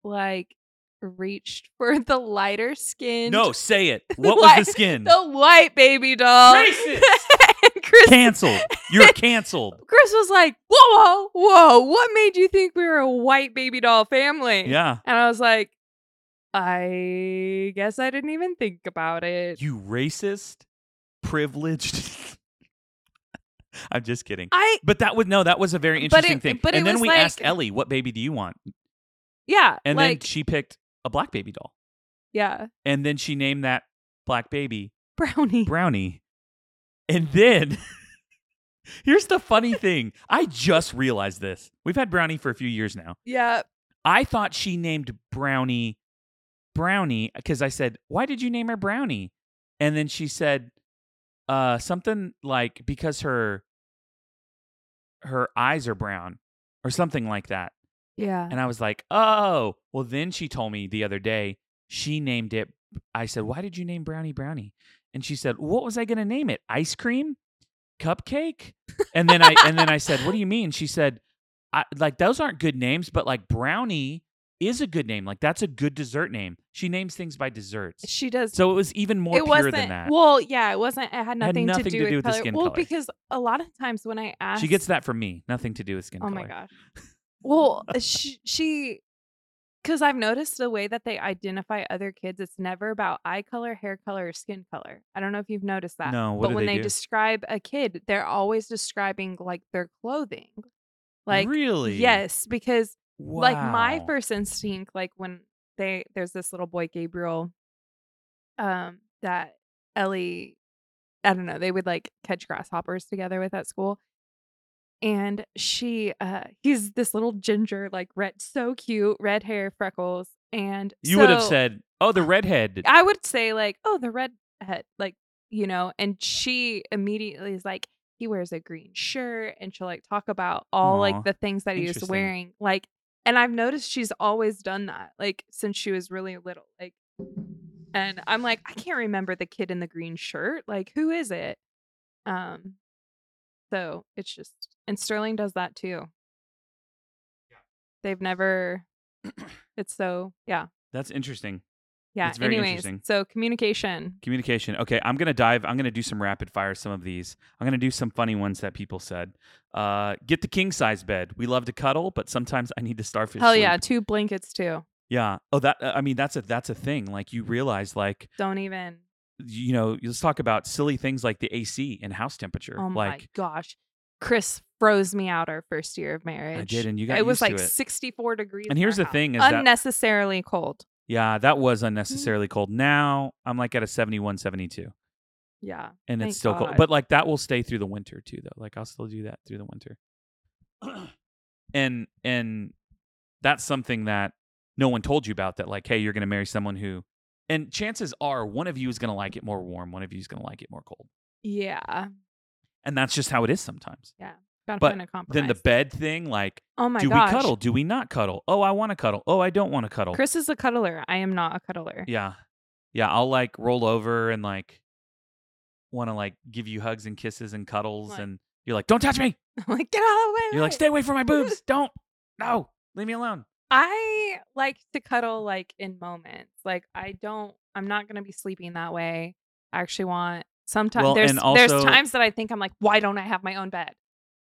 Speaker 2: like reached for the lighter skin.
Speaker 1: No, say it. What was
Speaker 2: Why-
Speaker 1: the skin?
Speaker 2: the white baby doll.
Speaker 1: Racist!
Speaker 2: and Chris,
Speaker 1: Canceled. You're canceled.
Speaker 2: Chris was like, "Whoa, whoa, whoa! What made you think we were a white baby doll family?"
Speaker 1: Yeah.
Speaker 2: and I was like, "I guess I didn't even think about it."
Speaker 1: You racist, privileged. I'm just kidding.
Speaker 2: I
Speaker 1: But that would no, that was a very
Speaker 2: But
Speaker 1: interesting
Speaker 2: it-
Speaker 1: thing.
Speaker 2: but it
Speaker 1: and then
Speaker 2: was
Speaker 1: we
Speaker 2: like-
Speaker 1: asked Ellie, "What baby do you want?"
Speaker 2: yeah,
Speaker 1: And
Speaker 2: like
Speaker 1: then she picked a black baby doll.
Speaker 2: yeah,
Speaker 1: And then she named that black baby
Speaker 2: brownie.
Speaker 1: Brownie. And then here's the funny thing. I just realized this. We've had Brownie for a few years now.
Speaker 2: yeah,
Speaker 1: I thought she named Brownie Brownie because I said, "Why did you name her Brownie?" And then she said, "Uh, something like because her her eyes are brown or something like that."
Speaker 2: yeah.
Speaker 1: And I was like, "Oh, well." Then she told me the other day she named it. I said, "Why did you name Brownie Brownie?" And she said, "What was I going to name it? Ice cream, cupcake?" And then I and then I said, "What do you mean?" She said, I, "Like those aren't good names, but like Brownie is a good name. Like that's a good dessert name. She names things by desserts,
Speaker 2: She does
Speaker 1: so it was even more
Speaker 2: it
Speaker 1: pure
Speaker 2: wasn't,
Speaker 1: than that.
Speaker 2: Well, yeah, it wasn't. It had
Speaker 1: had
Speaker 2: nothing,
Speaker 1: nothing
Speaker 2: to, do with,
Speaker 1: the
Speaker 2: color.
Speaker 1: skin
Speaker 2: well,
Speaker 1: color.
Speaker 2: because a lot of times when I ask,
Speaker 1: she gets that from me. Nothing to do with skin
Speaker 2: Oh
Speaker 1: color.
Speaker 2: my gosh. Well, she, she, because I've noticed the way that they identify other kids, it's never about eye color, hair color, or skin color. I don't know if you've noticed that.
Speaker 1: No, what
Speaker 2: but
Speaker 1: do
Speaker 2: when
Speaker 1: they
Speaker 2: they
Speaker 1: do?
Speaker 2: describe a kid, they're always describing like their clothing, like
Speaker 1: really?
Speaker 2: yes, because like my
Speaker 1: Wow.
Speaker 2: first instinct like when they there's this little boy gabriel um that ellie i don't know they would like catch grasshoppers together with at school and she uh he's this little ginger like red so cute red hair freckles and
Speaker 1: You would have
Speaker 2: so
Speaker 1: said, "Oh, the redhead."
Speaker 2: i would say like oh the red head like you know and she immediately is like he wears a green shirt and she'll like talk about all
Speaker 1: Aw.
Speaker 2: like the things that he was
Speaker 1: Interesting.
Speaker 2: wearing like and i've noticed she's always done that like since she was really little like and i'm like i can't remember the kid in the green shirt like who is it um so it's just and sterling does that too they've never it's so yeah
Speaker 1: That's interesting.
Speaker 2: yeah
Speaker 1: That's very
Speaker 2: anyways
Speaker 1: interesting.
Speaker 2: so communication
Speaker 1: Communication. Okay, I'm gonna dive. I'm gonna do some rapid fire. Some of these. I'm gonna do some funny ones that people said. Uh, get the king size bed. We love to cuddle, but sometimes I need to starfish.
Speaker 2: hell
Speaker 1: sleep.
Speaker 2: yeah two blankets too
Speaker 1: Yeah. Oh, that. I mean, that's a that's a thing. Like you realize, like
Speaker 2: don't even
Speaker 1: you know, let's talk about silly things like the AC and house temperature.
Speaker 2: Oh my
Speaker 1: like
Speaker 2: gosh. Chris froze me out our first year of marriage.
Speaker 1: did, and you got
Speaker 2: it was
Speaker 1: used to
Speaker 2: like
Speaker 1: it.
Speaker 2: 64 degrees.
Speaker 1: And
Speaker 2: in
Speaker 1: here's the
Speaker 2: our house.
Speaker 1: thing is that-
Speaker 2: unnecessarily cold.
Speaker 1: yeah, that was
Speaker 2: Mm-hmm.
Speaker 1: unnecessarily cold. Now I'm like at a 71, 72,
Speaker 2: Yeah.
Speaker 1: and
Speaker 2: Thank
Speaker 1: it's still cold.
Speaker 2: God.
Speaker 1: But like that will stay through the winter too, though. Like I'll still do that through the winter. and and that's something that no one told you about. That like, hey, you're gonna marry someone who And chances are one of you is going to like it more warm, one of you is going to like it more cold.
Speaker 2: Yeah.
Speaker 1: And that's just how it is sometimes.
Speaker 2: Gotta
Speaker 1: But
Speaker 2: find a compromise.
Speaker 1: Then the bed thing, like,
Speaker 2: oh my
Speaker 1: do
Speaker 2: gosh.
Speaker 1: we cuddle? Do we not cuddle? Oh, I want to cuddle. Oh, I don't want to cuddle.
Speaker 2: Chris is a cuddler. I am not a cuddler.
Speaker 1: Yeah. Yeah. I'll like roll over and like want to like give you hugs and kisses and cuddles.
Speaker 2: Like-
Speaker 1: and you're like, don't touch me.
Speaker 2: I'm like, get out of the way.
Speaker 1: You're like,
Speaker 2: wait."
Speaker 1: stay away from my boobs. don't. No. Leave me alone.
Speaker 2: I like to cuddle like in moments. Like I don't I'm not gonna be sleeping that way. I actually want sometimes
Speaker 1: Well,
Speaker 2: there's
Speaker 1: and
Speaker 2: there's
Speaker 1: also-
Speaker 2: times that I think I'm like, why don't I have my own bed?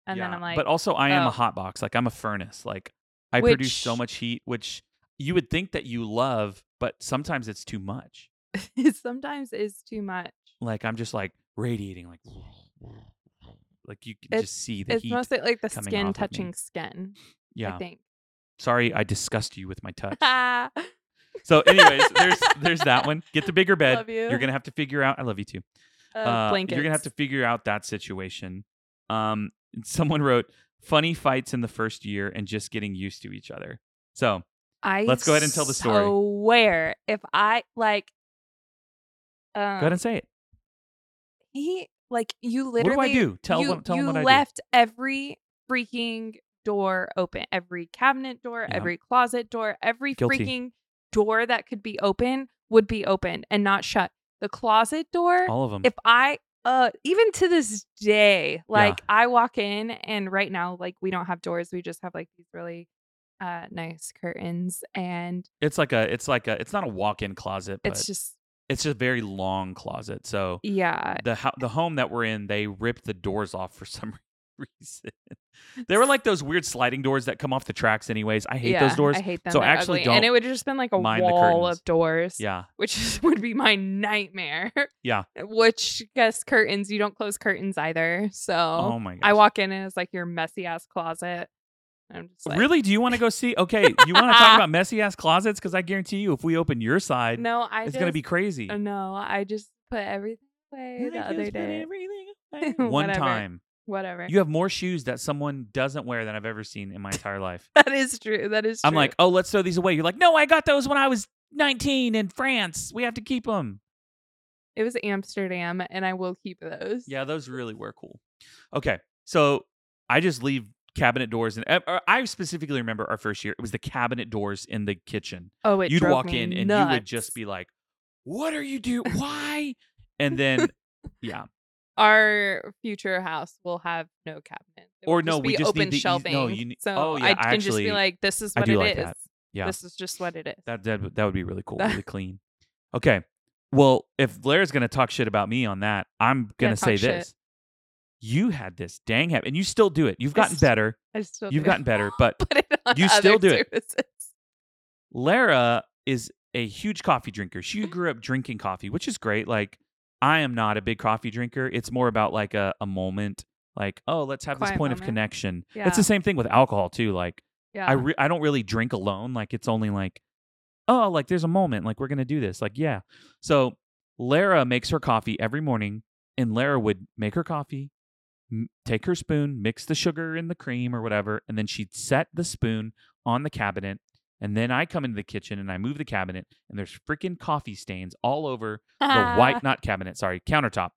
Speaker 2: And then
Speaker 1: Yeah.
Speaker 2: I'm like
Speaker 1: but also, I am
Speaker 2: oh.
Speaker 1: a hot box. Like, I'm a furnace. Like, I produce so
Speaker 2: Which-
Speaker 1: much heat, which you would think that you love, but sometimes it's too much.
Speaker 2: sometimes is too much.
Speaker 1: Like, I'm just like radiating, like, like you can
Speaker 2: It's-
Speaker 1: just see the
Speaker 2: it's
Speaker 1: heat.
Speaker 2: mostly like the
Speaker 1: coming off of
Speaker 2: skin
Speaker 1: me.
Speaker 2: touching skin, I
Speaker 1: yeah.
Speaker 2: think.
Speaker 1: Sorry, I disgust you with my touch.
Speaker 2: Love
Speaker 1: So, anyways, there's there's that one. Get the bigger bed.
Speaker 2: you.
Speaker 1: You're gonna have to figure out. I love you too.
Speaker 2: uh,
Speaker 1: Uh,
Speaker 2: blankets.
Speaker 1: you're gonna have to figure out that situation. Um, someone wrote funny fights in the first year and just getting used to each other. So
Speaker 2: I
Speaker 1: let's go ahead and tell the story.
Speaker 2: Swear, if I like um,
Speaker 1: go ahead and say it.
Speaker 2: he like you
Speaker 1: What
Speaker 2: literally
Speaker 1: do I do? Tell
Speaker 2: you,
Speaker 1: what, tell
Speaker 2: you
Speaker 1: them what I
Speaker 2: left every freaking door open, every cabinet door,
Speaker 1: Yeah.
Speaker 2: every closet door, every
Speaker 1: Guilty.
Speaker 2: freaking door that could be open would be open and not shut. The closet door,
Speaker 1: do. All of them.
Speaker 2: if I uh even to this day, like I walk in and right now like we don't have doors, we just have like these really uh nice curtains and
Speaker 1: it's like a it's like a it's not a walk-in closet, but
Speaker 2: it's just
Speaker 1: it's just a very long closet. So
Speaker 2: yeah.
Speaker 1: the ho- the home that we're in, they ripped the doors off for some reason. they were like those weird sliding doors that come off the tracks. Anyways, I hate
Speaker 2: yeah,
Speaker 1: those doors.
Speaker 2: I hate them.
Speaker 1: So
Speaker 2: They're
Speaker 1: actually
Speaker 2: ugly. and
Speaker 1: don't
Speaker 2: it would just been like a
Speaker 1: mind the
Speaker 2: wall
Speaker 1: curtains.
Speaker 2: of doors.
Speaker 1: yeah,
Speaker 2: which is, would be my nightmare.
Speaker 1: Yeah.
Speaker 2: Which guess curtains, you don't close curtains either. So
Speaker 1: Oh my
Speaker 2: I
Speaker 1: gosh.
Speaker 2: walk in and it's like your messy ass closet. And I'm just like,
Speaker 1: really? Do you want to go see? Okay, you want to talk about messy ass closets? Because I guarantee you, if we open your side,
Speaker 2: No, I
Speaker 1: it's
Speaker 2: just,
Speaker 1: gonna be crazy.
Speaker 2: uh, No, I just put everything away the other day.
Speaker 1: One
Speaker 2: Whatever.
Speaker 1: time,
Speaker 2: Whatever.
Speaker 1: you have more shoes that someone doesn't wear than I've ever seen in my entire life.
Speaker 2: that is true. That is true.
Speaker 1: I'm like, oh, let's throw these away. You're like, no, I got those when I was 19 in France. We have to keep them.
Speaker 2: it was Amsterdam and I will keep those.
Speaker 1: Yeah, those really were cool. Okay, so I just leave cabinet doors, and uh, I specifically remember our first year. It was the cabinet doors in the kitchen.
Speaker 2: Oh, it
Speaker 1: You'd
Speaker 2: drove
Speaker 1: walk
Speaker 2: me
Speaker 1: in and you would just
Speaker 2: nuts.
Speaker 1: be like, "What are you doing? Why?" And then, yeah,
Speaker 2: our future house will have no cabinet. It
Speaker 1: Or
Speaker 2: will
Speaker 1: no,
Speaker 2: just
Speaker 1: we
Speaker 2: be
Speaker 1: just
Speaker 2: open
Speaker 1: need the- you- no,
Speaker 2: shelving.
Speaker 1: you need-
Speaker 2: so
Speaker 1: oh, yeah,
Speaker 2: I can just
Speaker 1: actually,
Speaker 2: be like, this is
Speaker 1: I
Speaker 2: what
Speaker 1: do
Speaker 2: it is.
Speaker 1: like that. Yeah.
Speaker 2: This is just what it is.
Speaker 1: that that would- that would be really cool,
Speaker 2: That-
Speaker 1: really clean. Okay, well, if Lara's gonna talk shit about me on that, I'm
Speaker 2: Yeah,
Speaker 1: gonna say
Speaker 2: talk shit.
Speaker 1: this: you had this dang habit, and you still do it. You've gotten
Speaker 2: It's-
Speaker 1: better.
Speaker 2: I still
Speaker 1: You've
Speaker 2: do.
Speaker 1: gotten better, but
Speaker 2: Put it on
Speaker 1: you
Speaker 2: other
Speaker 1: still do it.
Speaker 2: services.
Speaker 1: Lara is a huge coffee drinker.
Speaker 2: Mm-hmm.
Speaker 1: She grew up drinking coffee, which is great. Like I am not a big coffee drinker. It's more about like a, a moment, like oh, let's have this
Speaker 2: Quiet
Speaker 1: point of
Speaker 2: moment.
Speaker 1: connection.
Speaker 2: Yeah.
Speaker 1: It's the same thing with alcohol too. Like
Speaker 2: Yeah.
Speaker 1: I re- I don't really drink alone. Like it's only like oh, like there's a moment, like we're gonna do this. Like yeah. So Lara makes her coffee every morning, and Lara would make her coffee. m- Take her spoon, mix the sugar and the cream or whatever, and then she'd set the spoon on the cabinet and then I come into the kitchen and I move the cabinet, and there's freaking coffee stains all over the
Speaker 2: Ah.
Speaker 1: white, not cabinet, sorry, countertop,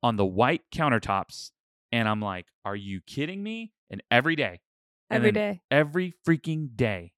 Speaker 1: on the white countertops. And I'm like, are you kidding me? And every day, and
Speaker 2: every
Speaker 1: then
Speaker 2: day.
Speaker 1: every freaking day,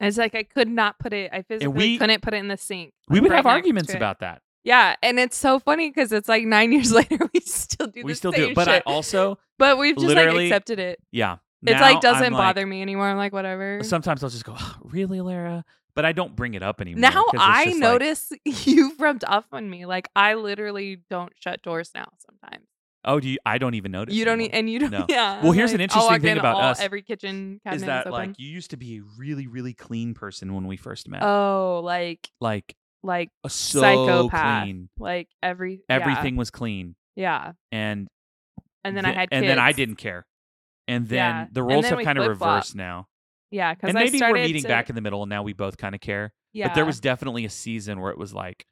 Speaker 2: And it's like I could not put it. I physically
Speaker 1: we-
Speaker 2: couldn't put it in the sink.
Speaker 1: we
Speaker 2: like,
Speaker 1: would
Speaker 2: right
Speaker 1: have
Speaker 2: next
Speaker 1: arguments
Speaker 2: to it.
Speaker 1: about that.
Speaker 2: Yeah, and it's so funny because it's like nine years later we still do.
Speaker 1: We
Speaker 2: the
Speaker 1: still do.
Speaker 2: same
Speaker 1: it. But I
Speaker 2: shit.
Speaker 1: also,
Speaker 2: But we've just like
Speaker 1: literally-
Speaker 2: accepted it.
Speaker 1: yeah.
Speaker 2: It's
Speaker 1: now
Speaker 2: like doesn't
Speaker 1: I'm like-
Speaker 2: bother me anymore. I'm like whatever.
Speaker 1: Sometimes I'll just go, "Ah, really, Lara? But I don't bring it up anymore.
Speaker 2: Now
Speaker 1: 'cause it's
Speaker 2: I
Speaker 1: just like-
Speaker 2: notice you've rubbed off on me. Like I literally don't shut doors now. Sometimes
Speaker 1: oh, do you, I don't even notice.
Speaker 2: you don't, e-
Speaker 1: anymore.
Speaker 2: and you don't.
Speaker 1: No.
Speaker 2: Yeah.
Speaker 1: Well,
Speaker 2: I'm
Speaker 1: here's an
Speaker 2: like, I'll
Speaker 1: interesting
Speaker 2: walk
Speaker 1: thing
Speaker 2: in,
Speaker 1: about
Speaker 2: all-
Speaker 1: us
Speaker 2: Every kitchen cabinet
Speaker 1: is
Speaker 2: is
Speaker 1: that
Speaker 2: e, open.
Speaker 1: like you used to be a really, really clean person when we first met?
Speaker 2: oh, like
Speaker 1: like
Speaker 2: like
Speaker 1: a- so
Speaker 2: Psychopath.
Speaker 1: clean.
Speaker 2: like every yeah,
Speaker 1: Everything was clean,
Speaker 2: Yeah.
Speaker 1: and
Speaker 2: And then I
Speaker 1: the-
Speaker 2: had.
Speaker 1: and then I
Speaker 2: kids.
Speaker 1: didn't care. And then
Speaker 2: Yeah.
Speaker 1: the
Speaker 2: And
Speaker 1: roles
Speaker 2: then
Speaker 1: have
Speaker 2: we
Speaker 1: kind of
Speaker 2: flip-flop.
Speaker 1: reversed now,
Speaker 2: Yeah, because
Speaker 1: and
Speaker 2: I
Speaker 1: maybe
Speaker 2: started
Speaker 1: we're meeting
Speaker 2: to-
Speaker 1: back in the middle, and now we both kind of care.
Speaker 2: Yeah.
Speaker 1: But there was definitely a season where it was like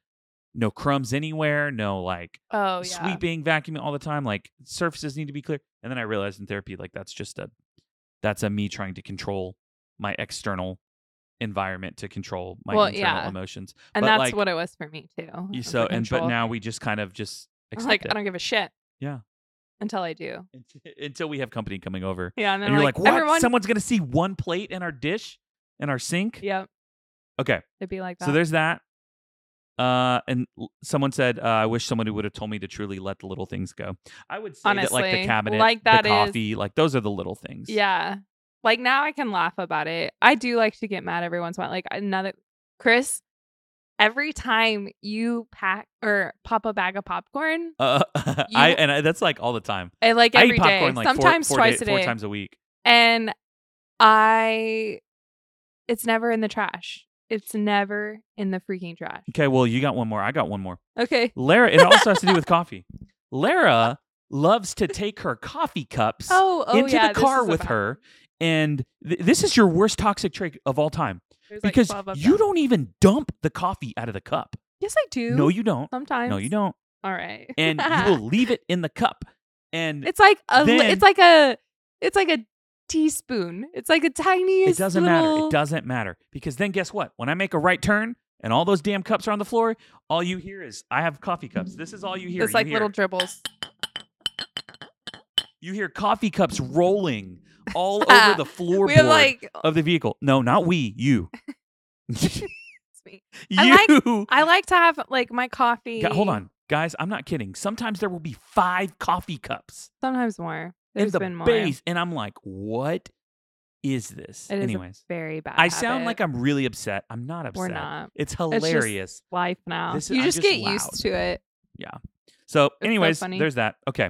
Speaker 1: no crumbs anywhere, no like
Speaker 2: oh yeah.
Speaker 1: sweeping, vacuuming all the time. Like surfaces need to be clear. And then I realized in therapy, like that's just a that's a me trying to control my external environment to control my
Speaker 2: Well,
Speaker 1: internal
Speaker 2: yeah.
Speaker 1: emotions.
Speaker 2: and
Speaker 1: but,
Speaker 2: that's
Speaker 1: like,
Speaker 2: what it was for me too.
Speaker 1: You
Speaker 2: was
Speaker 1: so
Speaker 2: the
Speaker 1: and but
Speaker 2: control.
Speaker 1: now we just kind of just
Speaker 2: I
Speaker 1: accept
Speaker 2: was like
Speaker 1: it
Speaker 2: I don't give a shit.
Speaker 1: Yeah.
Speaker 2: Until I do.
Speaker 1: until we have company coming over.
Speaker 2: Yeah, and then
Speaker 1: And you're
Speaker 2: I'm
Speaker 1: like, what?
Speaker 2: Everyone,
Speaker 1: Someone's gonna see one plate in our dish, in our sink.
Speaker 2: yep.
Speaker 1: Okay,
Speaker 2: It'd be like that.
Speaker 1: so there's that. Uh, and l- someone said, uh, "I wish somebody would have told me to truly let the little things go." I would say that, like the
Speaker 2: Honestly,
Speaker 1: cabinet,
Speaker 2: like that
Speaker 1: the
Speaker 2: is-
Speaker 1: coffee, like those are the little things.
Speaker 2: Yeah. Like now I can laugh about it. I do like to get mad every once in a while. Like another Chris, every time you pack or pop a bag of popcorn,
Speaker 1: Uh, I
Speaker 2: You-
Speaker 1: and I, that's like all the time.
Speaker 2: I like
Speaker 1: I
Speaker 2: every
Speaker 1: eat
Speaker 2: day,
Speaker 1: popcorn like
Speaker 2: sometimes
Speaker 1: four, four
Speaker 2: twice
Speaker 1: day-
Speaker 2: a day,
Speaker 1: four times a week.
Speaker 2: and I, it's never in the trash. It's never in the freaking trash.
Speaker 1: Okay, well, you got one more. I got one more.
Speaker 2: Okay.
Speaker 1: Lara, it also has to do with coffee. Lara loves to take her coffee cups
Speaker 2: Oh, oh
Speaker 1: into
Speaker 2: yeah,
Speaker 1: the
Speaker 2: this
Speaker 1: car
Speaker 2: is
Speaker 1: with
Speaker 2: about-
Speaker 1: her, and th- this is your worst toxic trait of all time
Speaker 2: There's, like,
Speaker 1: because
Speaker 2: 12 of
Speaker 1: you
Speaker 2: them.
Speaker 1: don't even dump the coffee out of the cup.
Speaker 2: Yes, I do.
Speaker 1: No, you don't.
Speaker 2: Sometimes.
Speaker 1: No, you don't.
Speaker 2: All right.
Speaker 1: And you will leave it in the cup. And
Speaker 2: It's like a. li-
Speaker 1: Then-
Speaker 2: it's like a. It's like a teaspoon. It's like a tiniest.
Speaker 1: it doesn't matter.
Speaker 2: little-
Speaker 1: It doesn't matter because then guess what? When I make a right turn and all those damn cups are on the floor, all you hear is I have coffee cups. This is all you hear.
Speaker 2: It's
Speaker 1: You
Speaker 2: like
Speaker 1: hear-
Speaker 2: little dribbles.
Speaker 1: You hear coffee cups rolling all over the floorboard
Speaker 2: We have like.
Speaker 1: of the vehicle. No, not we. You.
Speaker 2: It's me. I
Speaker 1: you.
Speaker 2: I like to have like my coffee.
Speaker 1: Gu- hold on, guys. I'm not kidding. Sometimes there will be five coffee cups
Speaker 2: Sometimes more.
Speaker 1: in
Speaker 2: There's
Speaker 1: the
Speaker 2: been more.
Speaker 1: base, and I'm like, what is this?
Speaker 2: It is a
Speaker 1: Anyways,
Speaker 2: Very bad.
Speaker 1: I sound like
Speaker 2: a
Speaker 1: I'm really upset. I'm not upset.
Speaker 2: We're not.
Speaker 1: It's
Speaker 2: just-
Speaker 1: hilarious.
Speaker 2: life now.
Speaker 1: This is-
Speaker 2: you
Speaker 1: I'm
Speaker 2: just,
Speaker 1: just
Speaker 2: get
Speaker 1: loud.
Speaker 2: used to it.
Speaker 1: so,
Speaker 2: so
Speaker 1: anyways,
Speaker 2: funny.
Speaker 1: there's that. Okay,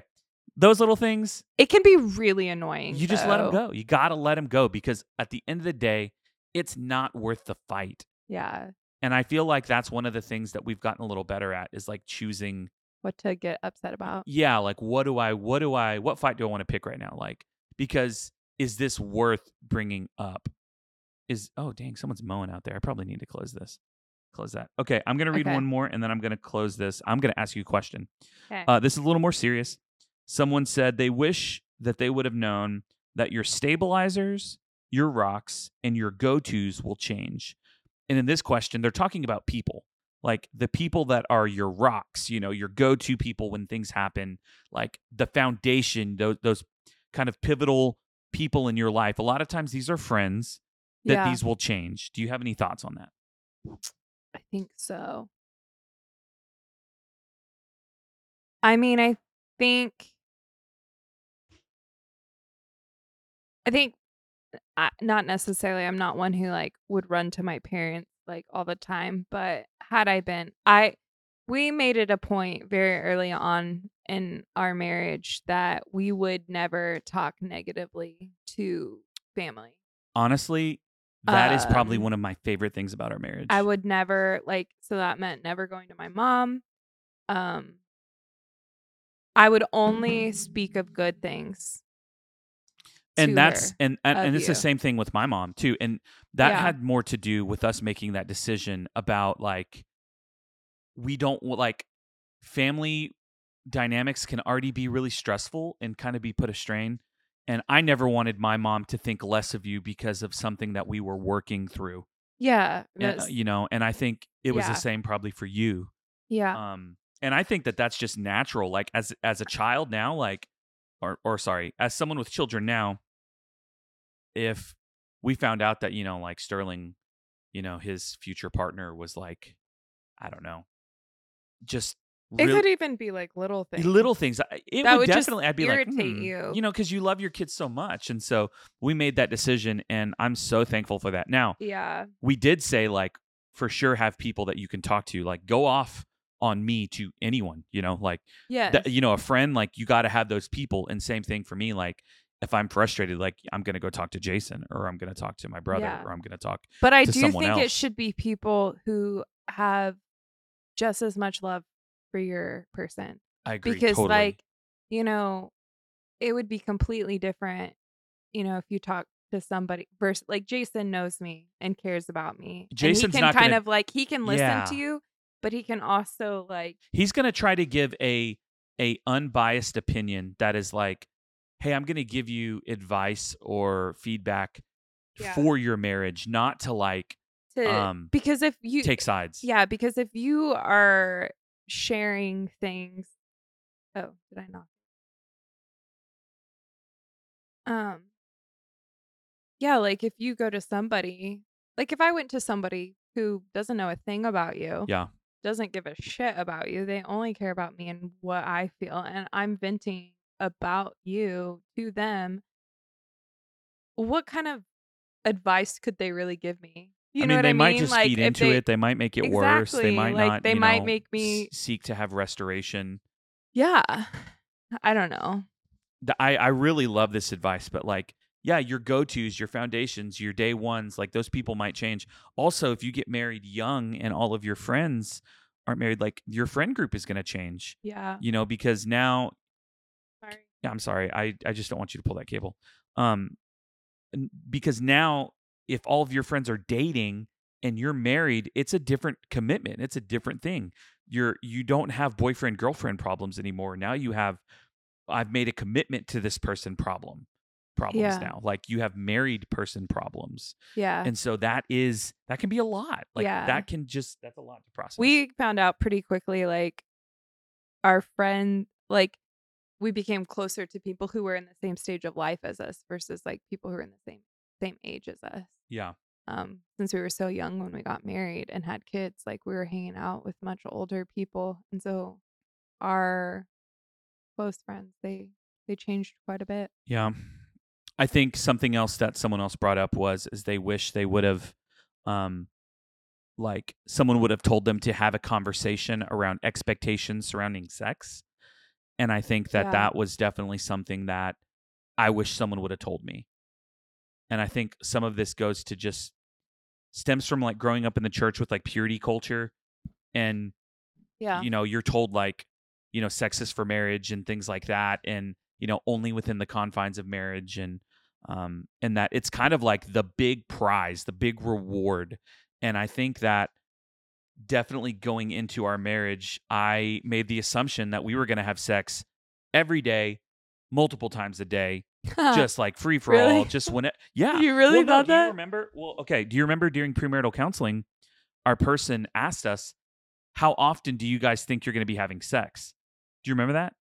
Speaker 1: those little things.
Speaker 2: It can be really annoying.
Speaker 1: You just let 'em let
Speaker 2: though.
Speaker 1: them go. You gotta let them go because at the end of the day, it's not worth the fight.
Speaker 2: Yeah.
Speaker 1: And I feel like that's one of the things that we've gotten a little better at is like choosing,
Speaker 2: What to get upset about?
Speaker 1: yeah, like what do I, what do I, what fight do I want to pick right now? Like, because is this worth bringing up? Is, oh, dang, someone's mowing out there. I probably need to close this, close that. Okay. I'm going to read
Speaker 2: Okay.
Speaker 1: one more and then I'm going to close this. I'm going to ask you a question.
Speaker 2: Okay.
Speaker 1: Uh, this is a little more serious. Someone said they wish that they would have known that your stabilizers, your rocks, and your go tos will change. And in this question, they're talking about people, like the people that are your rocks, you know, your go to people when things happen, like the foundation, those, those kind of pivotal people in your life. A lot of times these are friends that
Speaker 2: yeah.
Speaker 1: these will change. Do you have any thoughts on that?
Speaker 2: I think so. I mean, I think I think uh, I, not necessarily I'm not one who like would run to my parents like all the time, but had I been, I we made it a point very early on in our marriage that we would never talk negatively to family.
Speaker 1: Honestly, that is probably
Speaker 2: Um,
Speaker 1: one of my favorite things about our marriage.
Speaker 2: I would never like so that meant never going to my mom. Um I would only speak of good things. to
Speaker 1: and that's
Speaker 2: her.
Speaker 1: and and,
Speaker 2: of
Speaker 1: and it's
Speaker 2: you.
Speaker 1: the same thing with my mom too and that
Speaker 2: Yeah.
Speaker 1: had more to do with us making that decision about like we don't wa- like family dynamics can already be really stressful and kind of be put a strain and i never wanted my mom to think less of you because of something that we were working through
Speaker 2: yeah,
Speaker 1: and, uh,
Speaker 2: that's-
Speaker 1: you know and i think it was
Speaker 2: Yeah.
Speaker 1: the same probably for you
Speaker 2: yeah.
Speaker 1: um and i think that that's just natural like as as a child now like or or sorry as someone with children now if we found out that you know like sterling you know his future partner was like i don't know just
Speaker 2: it
Speaker 1: really-
Speaker 2: could even be like little things.
Speaker 1: little things I- it
Speaker 2: That
Speaker 1: would,
Speaker 2: would just
Speaker 1: definitely i'd be like
Speaker 2: irritate
Speaker 1: "Hmm,"
Speaker 2: you.
Speaker 1: you know because you love your kids so much and so we made that decision and i'm so thankful for that now
Speaker 2: Yeah.
Speaker 1: we did say like for sure have people that you can talk to like go off on me to anyone you know like
Speaker 2: Yeah.
Speaker 1: that, you know a friend like you got to have those people and same thing for me like if i'm frustrated like i'm going to go talk to jason or i'm going to talk to my brother
Speaker 2: Yeah.
Speaker 1: or i'm going to talk
Speaker 2: but I
Speaker 1: to
Speaker 2: do
Speaker 1: someone
Speaker 2: think it
Speaker 1: else.
Speaker 2: should be people who have just as much love for your person.
Speaker 1: i agree
Speaker 2: because
Speaker 1: totally.
Speaker 2: like you know it would be completely different you know if you talk to somebody versus like jason knows me and cares about me
Speaker 1: Jason's
Speaker 2: and he can
Speaker 1: not
Speaker 2: kind
Speaker 1: gonna-
Speaker 2: of like he can listen
Speaker 1: Yeah.
Speaker 2: to you but he can also like
Speaker 1: he's going to try to give a a unbiased opinion that is like hey i'm going to give you advice or feedback
Speaker 2: Yeah.
Speaker 1: for your marriage not to like
Speaker 2: to
Speaker 1: um,
Speaker 2: because if you
Speaker 1: take sides.
Speaker 2: yeah because if you are sharing things oh did i not um yeah like if you go to somebody like if i went to somebody who doesn't know a thing about you
Speaker 1: Yeah.
Speaker 2: doesn't give a shit about you they only care about me and what i feel and i'm venting about you to them what kind of advice could they really give me you
Speaker 1: I
Speaker 2: know
Speaker 1: mean,
Speaker 2: what
Speaker 1: they
Speaker 2: i mean
Speaker 1: might just
Speaker 2: like
Speaker 1: feed
Speaker 2: if
Speaker 1: into
Speaker 2: they,
Speaker 1: it. They might make it worse. They
Speaker 2: Exactly,
Speaker 1: might
Speaker 2: like,
Speaker 1: not.
Speaker 2: they
Speaker 1: you
Speaker 2: might
Speaker 1: know,
Speaker 2: make me-
Speaker 1: s- seek to have restoration.
Speaker 2: Yeah. I don't know.
Speaker 1: the, I, I really love this advice, but like, yeah, your go tos, your foundations, your day ones, like those people might change. Also, if you get married young and all of your friends aren't married, like your friend group is going to change,
Speaker 2: Yeah.
Speaker 1: you know, because now,
Speaker 2: Sorry.
Speaker 1: yeah, I'm sorry, I, I just don't want you to pull that cable. Um, n- because now, if all of your friends are dating and you're married, it's a different commitment. It's a different thing. You're you don't have boyfriend girlfriend problems anymore. Now you have I've made a commitment to this person problem problems
Speaker 2: Yeah.
Speaker 1: now. Like you have married person problems.
Speaker 2: Yeah.
Speaker 1: And so that is that can be a lot. Like
Speaker 2: Yeah.
Speaker 1: that can just that's a lot to process.
Speaker 2: we found out pretty quickly, like, our friend, like, we became closer to people who were in the same stage of life as us versus like people who were in the same same age as us.
Speaker 1: yeah.
Speaker 2: Um, since we were so young when we got married and had kids, like we were hanging out with much older people, and so our close friends they they changed quite a bit.
Speaker 1: Yeah. I think something else that someone else brought up was is they wish they would have um like someone would have told them to have a conversation around expectations surrounding sex. And I think that
Speaker 2: Yeah.
Speaker 1: that was definitely something that I wish someone would have told me. And I think some of this goes to just stems from like growing up in the church with like purity culture and
Speaker 2: Yeah.
Speaker 1: you know you're told like you know sex is for marriage and things like that and you know only within the confines of marriage and um and that it's kind of like the big prize the big reward and i think that definitely going into our marriage i made the assumption that we were going to have sex every day multiple times a day just like free for all
Speaker 2: Really?
Speaker 1: just when it yeah
Speaker 2: you really
Speaker 1: well, no,
Speaker 2: thought
Speaker 1: do you
Speaker 2: that?
Speaker 1: remember? Well, okay. Do you remember during premarital counseling, our person asked us, "How often do you guys think you're going to be having sex?" Do you remember that?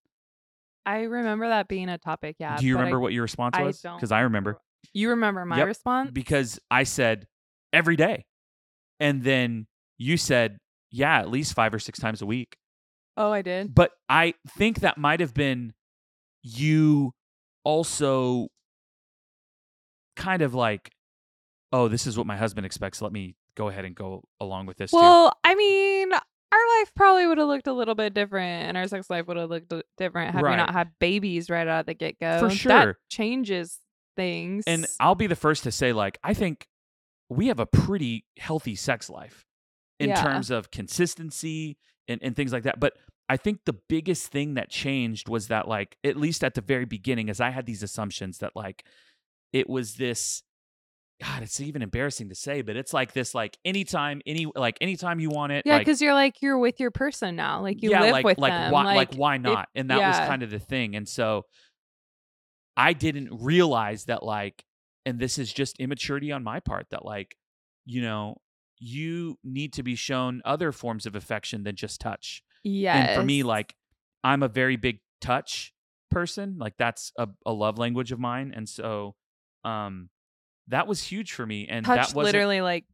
Speaker 2: I remember that being a topic. Yeah.
Speaker 1: do you
Speaker 2: Uh, but I
Speaker 1: remember what your response
Speaker 2: I
Speaker 1: was?
Speaker 2: don't
Speaker 1: Because I remember
Speaker 2: You remember Um, my
Speaker 1: Yep.
Speaker 2: response?
Speaker 1: because I said every day, and then you said, "Yeah, at least five or six times a week."
Speaker 2: oh, I did.
Speaker 1: But I think that might have been you also kind of like, "Oh, this is what my husband expects. Let me go ahead and go along with this." too."
Speaker 2: Well, I mean, our life probably would have looked a little bit different, and our sex life would have looked a- different had
Speaker 1: Right.
Speaker 2: we not had babies right out of the get go.
Speaker 1: For
Speaker 2: that
Speaker 1: sure.
Speaker 2: changes things.
Speaker 1: And I'll be the first to say, like, I think we have a pretty healthy sex life in
Speaker 2: Yeah.
Speaker 1: terms of consistency and, and things like that. But I think the biggest thing that changed was that, like, at least at the very beginning, is I had these assumptions that, like, it was this. God, it's even embarrassing to say, but it's like this, like anytime, any like anytime you want it.
Speaker 2: yeah,
Speaker 1: like,
Speaker 2: because you're like you're with your person now, like you
Speaker 1: yeah,
Speaker 2: live
Speaker 1: like,
Speaker 2: with
Speaker 1: like
Speaker 2: them,
Speaker 1: Why, like, why not? and that was
Speaker 2: yeah.
Speaker 1: kind of the thing. And so I didn't realize that, like, and this is just immaturity on my part that, like, you know, you need to be shown other forms of affection than just touch.
Speaker 2: yes.
Speaker 1: And for me, like, I'm a very big touch person. Like, that's a, a love language of mine. And so, um, that was huge for me. And
Speaker 2: touch
Speaker 1: that was
Speaker 2: literally like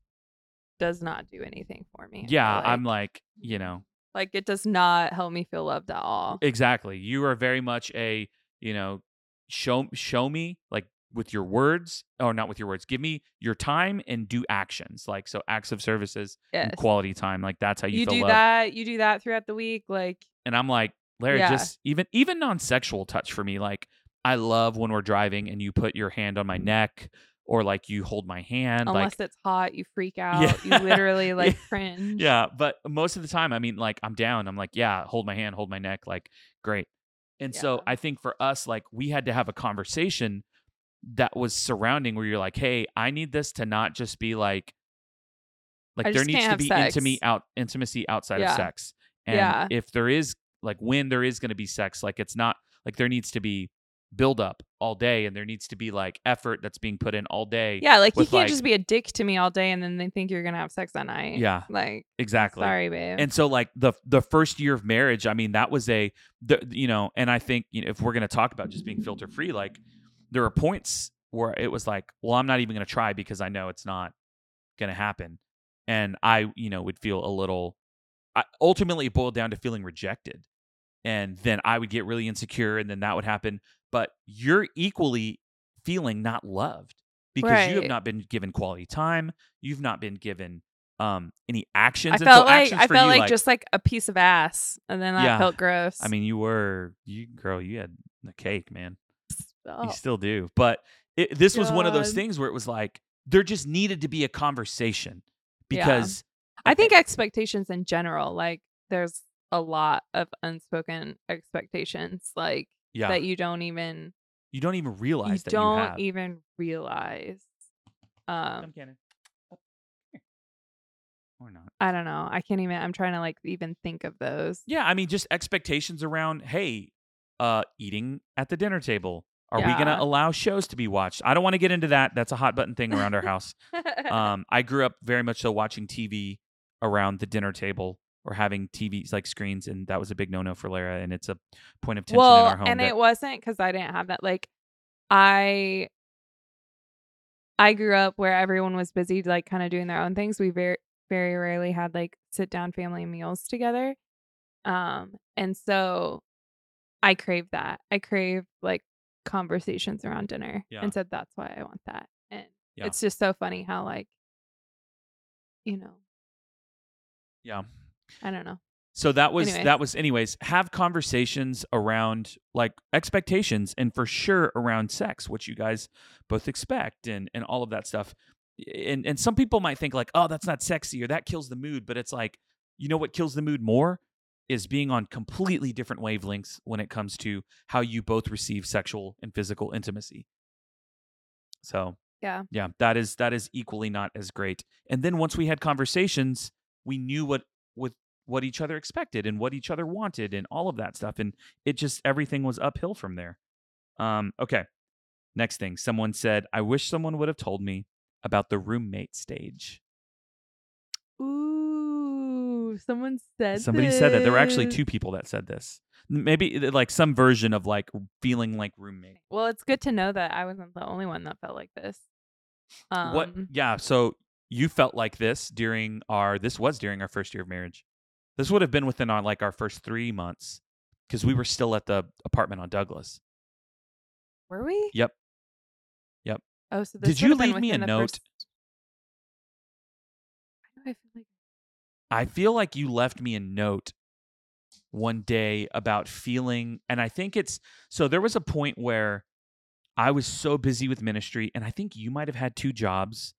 Speaker 2: does not do anything for me. I feel
Speaker 1: yeah, I'm like, you know,
Speaker 2: like it does not help me feel loved at all.
Speaker 1: Exactly. You are very much a, you know, show show me like with your words or not with your words. Give me your time and do actions. Like so acts of services and
Speaker 2: yes.
Speaker 1: quality time. Like that's how you,
Speaker 2: you
Speaker 1: feel
Speaker 2: do
Speaker 1: love.
Speaker 2: that. You do that throughout the week, like
Speaker 1: And I'm like, Larry,
Speaker 2: Yeah.
Speaker 1: just even even non-sexual touch for me. Like I love when we're driving and you put your hand on my neck or like you hold my hand. like
Speaker 2: unless it's hot, you freak out.
Speaker 1: Yeah.
Speaker 2: You literally like
Speaker 1: Yeah.
Speaker 2: cringe.
Speaker 1: Yeah, but most of the time, I mean, like I'm down. I'm like, yeah, hold my hand, hold my neck, like great. And so
Speaker 2: Yeah.
Speaker 1: I think for us, like we had to have a conversation that was surrounding where you're like, hey, I need this to not just be like, like
Speaker 2: I
Speaker 1: there
Speaker 2: just
Speaker 1: needs
Speaker 2: can't
Speaker 1: to
Speaker 2: have
Speaker 1: be
Speaker 2: sex.
Speaker 1: intimacy out intimacy outside of
Speaker 2: Yeah.
Speaker 1: sex. And
Speaker 2: Yeah.
Speaker 1: if there is like when there is going to be sex, like it's not like there needs to be build up all day and there needs to be like effort that's being put in all day.
Speaker 2: Yeah, like you
Speaker 1: with,
Speaker 2: can't
Speaker 1: like-
Speaker 2: just be a dick to me all day and then they think you're gonna have sex that night.
Speaker 1: Yeah,
Speaker 2: Like
Speaker 1: exactly.
Speaker 2: sorry, babe.
Speaker 1: And so like the the first year of marriage, I mean, that was a the, you know, and I think you know if we're going to talk about just being filter free, like there are points where it was like, well, I'm not even going to try because I know it's not going to happen. And I, you know, would feel a little I, ultimately it boiled down to feeling rejected. And then I would get really insecure and then that would happen, but you're equally feeling not loved because you have
Speaker 2: Right.
Speaker 1: not been given quality time, you've not been given um any actions
Speaker 2: I
Speaker 1: And so
Speaker 2: felt like
Speaker 1: actions
Speaker 2: I
Speaker 1: for
Speaker 2: felt
Speaker 1: you,
Speaker 2: like, just like a piece of ass, and then that
Speaker 1: Yeah.
Speaker 2: felt gross.
Speaker 1: I mean, you were you girl. You had the cake, man.
Speaker 2: Oh,
Speaker 1: You still do, but it, this was one of those
Speaker 2: God.
Speaker 1: things where it was like there just needed to be a conversation
Speaker 2: Yeah.
Speaker 1: because
Speaker 2: I think expectations in general, like there's a lot of unspoken expectations, like
Speaker 1: yeah,
Speaker 2: that you don't even
Speaker 1: you don't even
Speaker 2: you
Speaker 1: realize that
Speaker 2: don't e
Speaker 1: you have.
Speaker 2: even realize. Um,
Speaker 1: Cannon. Oh, Or not.
Speaker 2: I don't know. I can't even. I'm trying to like even think of those.
Speaker 1: Yeah, I mean, just expectations around. Hey, uh, eating at the dinner table. Are we
Speaker 2: Yeah.
Speaker 1: gonna allow shows to be watched? I don't want to get into that. That's a hot button thing around our house. um, I grew up very much so watching TV around the dinner table or having TVs like screens, and that was a big no-no for Lara, and it's a point of tension
Speaker 2: well,
Speaker 1: in our home.
Speaker 2: and
Speaker 1: that-
Speaker 2: it wasn't because I didn't have that. Like, I I grew up where everyone was busy, like kind of doing their own things. We very very rarely had like sit down family meals together, um, and so I crave that. I crave like conversations around dinner,
Speaker 1: Yeah.
Speaker 2: and so that's why I want that. And
Speaker 1: Yeah.
Speaker 2: it's just so funny how like you know
Speaker 1: yeah.
Speaker 2: I don't know.
Speaker 1: So that was
Speaker 2: Anyway.
Speaker 1: that was anyways, have conversations around like expectations and for sure around sex, what you guys both expect and and all of that stuff. And and some people might think like, "Oh, that's not sexy or that kills the mood," but it's like, you know what kills the mood more is being on completely different wavelengths when it comes to how you both receive sexual and physical intimacy. So,
Speaker 2: Yeah.
Speaker 1: Yeah, that is that is equally not as great. And then once we had conversations, we knew what with what each other expected and what each other wanted and all of that stuff and it just everything was uphill from there. Um okay. Next thing, someone said, "I wish someone would have told me about the roommate stage."
Speaker 2: Ooh, someone said
Speaker 1: Somebody said that there were actually
Speaker 2: this.
Speaker 1: two people that said this. Maybe uh, like some version of like feeling like roommate.
Speaker 2: Well, it's good to know that I wasn't the only one that felt like this. Um,
Speaker 1: what yeah so you felt like this during our this was during our first year of marriage this would have been within our like our first three months because we were still at the apartment on douglas
Speaker 2: Were we?
Speaker 1: Yep. Yep.
Speaker 2: Oh, so
Speaker 1: Did
Speaker 2: this
Speaker 1: you
Speaker 2: would've been
Speaker 1: leave me a
Speaker 2: within the
Speaker 1: note?
Speaker 2: first- Why do I feel like-
Speaker 1: i feel like you left me a note one day about feeling and i think it's so there was a point where i was so busy with ministry and i think you might have had two jobs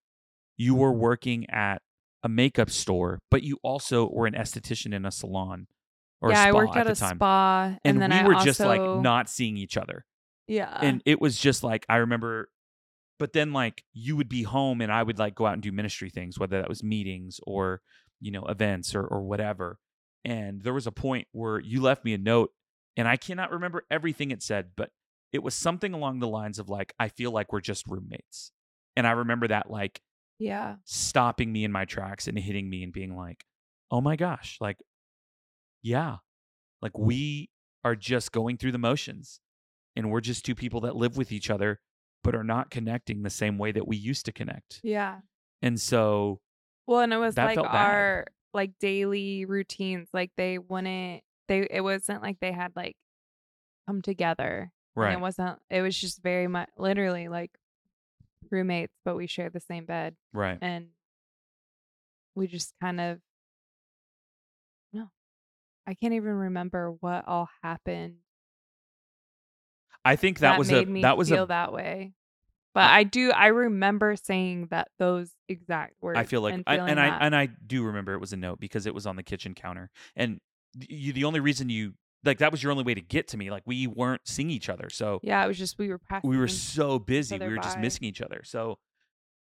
Speaker 1: you were working at a makeup store but you also were an esthetician in a salon or
Speaker 2: yeah,
Speaker 1: a spa
Speaker 2: I worked
Speaker 1: at
Speaker 2: at,
Speaker 1: the
Speaker 2: a
Speaker 1: time
Speaker 2: spa,
Speaker 1: and,
Speaker 2: and, then
Speaker 1: we
Speaker 2: I
Speaker 1: were
Speaker 2: also,
Speaker 1: just like not seeing each other
Speaker 2: Yeah.
Speaker 1: and it was just like i remember but then like you would be home and i would like go out and do ministry things whether that was meetings or you know events or or whatever and there was a point where you left me a note and i cannot remember everything it said but it was something along the lines of like i feel like we're just roommates and i remember that like
Speaker 2: yeah.
Speaker 1: stopping me in my tracks and hitting me and being like, oh my gosh, like, yeah,
Speaker 2: Mm.
Speaker 1: like we are just going through the motions and we're just two people that live with each other, but are not connecting the same way that we used to connect.
Speaker 2: Yeah.
Speaker 1: And so,
Speaker 2: Well, and it was
Speaker 1: That
Speaker 2: like
Speaker 1: felt bad.
Speaker 2: our like daily routines. Like they wouldn't. They it wasn't like they had like come together. and
Speaker 1: right.
Speaker 2: it wasn't. It was just very much literally like roommates, but we shared the same bed.
Speaker 1: right.
Speaker 2: and we just kind of no i can't even remember what all happened
Speaker 1: I think that, was a,
Speaker 2: made me
Speaker 1: that was
Speaker 2: feel
Speaker 1: a,
Speaker 2: that way but i do i remember saying that those exact words
Speaker 1: I feel like,
Speaker 2: and,
Speaker 1: I,
Speaker 2: feeling
Speaker 1: and I
Speaker 2: that.
Speaker 1: and I do remember it was a note because it was on the kitchen counter, and th- you the only reason you like that was your only way to get to me. Like we weren't seeing each other, so
Speaker 2: yeah it was just we were passing
Speaker 1: we were so busy we
Speaker 2: other
Speaker 1: were just
Speaker 2: by.
Speaker 1: missing each other so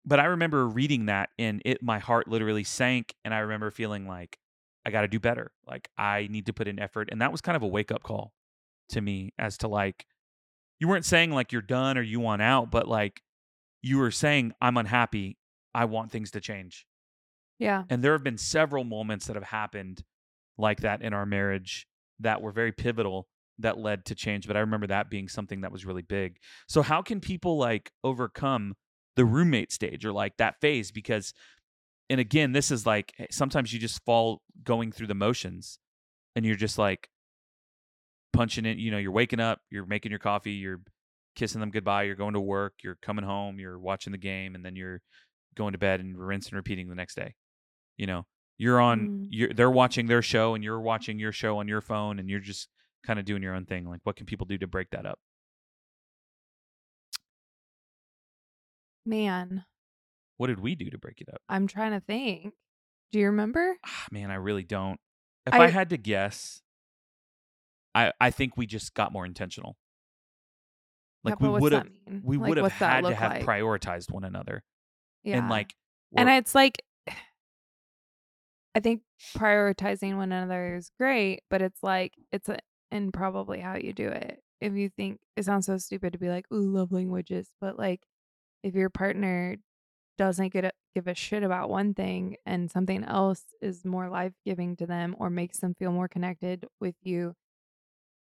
Speaker 1: but i remember reading that and it my heart literally sank and i remember feeling like i got to do better like i need to put in effort and that was kind of a wake up call to me as to like you weren't saying like you're done or you want out, but like you were saying, I'm unhappy. I want things to change.
Speaker 2: Yeah.
Speaker 1: And there have been several moments that have happened like that in our marriage that were very pivotal that led to change. But I remember that being something that was really big. So, how can people like overcome the roommate stage or like that phase? Because, and again, this is like eh, sometimes you just fall going through the motions and you're just like punching it. You know, you're waking up, you're making your coffee, you're kissing them goodbye, you're going to work, you're coming home, you're watching the game, and then you're going to bed and rinse and repeating the next day. You know, you're on
Speaker 2: Mm.
Speaker 1: you're they're watching their show and you're watching your show on your phone and you're just kind of doing your own thing. Like what can people do to break that up?
Speaker 2: Man,
Speaker 1: What did we do to break it up?
Speaker 2: I'm trying to think. Do you remember?
Speaker 1: Ah, man, I really don't. If I,
Speaker 2: I-
Speaker 1: had to guess, I I think we just got more intentional.
Speaker 2: Yeah,
Speaker 1: Like
Speaker 2: but
Speaker 1: we
Speaker 2: what's
Speaker 1: would
Speaker 2: that
Speaker 1: have
Speaker 2: mean?
Speaker 1: we
Speaker 2: Like,
Speaker 1: would have
Speaker 2: what's that
Speaker 1: had to
Speaker 2: look
Speaker 1: have
Speaker 2: like?
Speaker 1: prioritized one another.
Speaker 2: yeah.
Speaker 1: And like
Speaker 2: and
Speaker 1: we're-
Speaker 2: it's like i think prioritizing one another is great but it's like it's a, and probably how you do it if you think it sounds so stupid to be like ooh love languages but like if your partner doesn't get a, give a shit about one thing and something else is more life giving to them or makes them feel more connected with you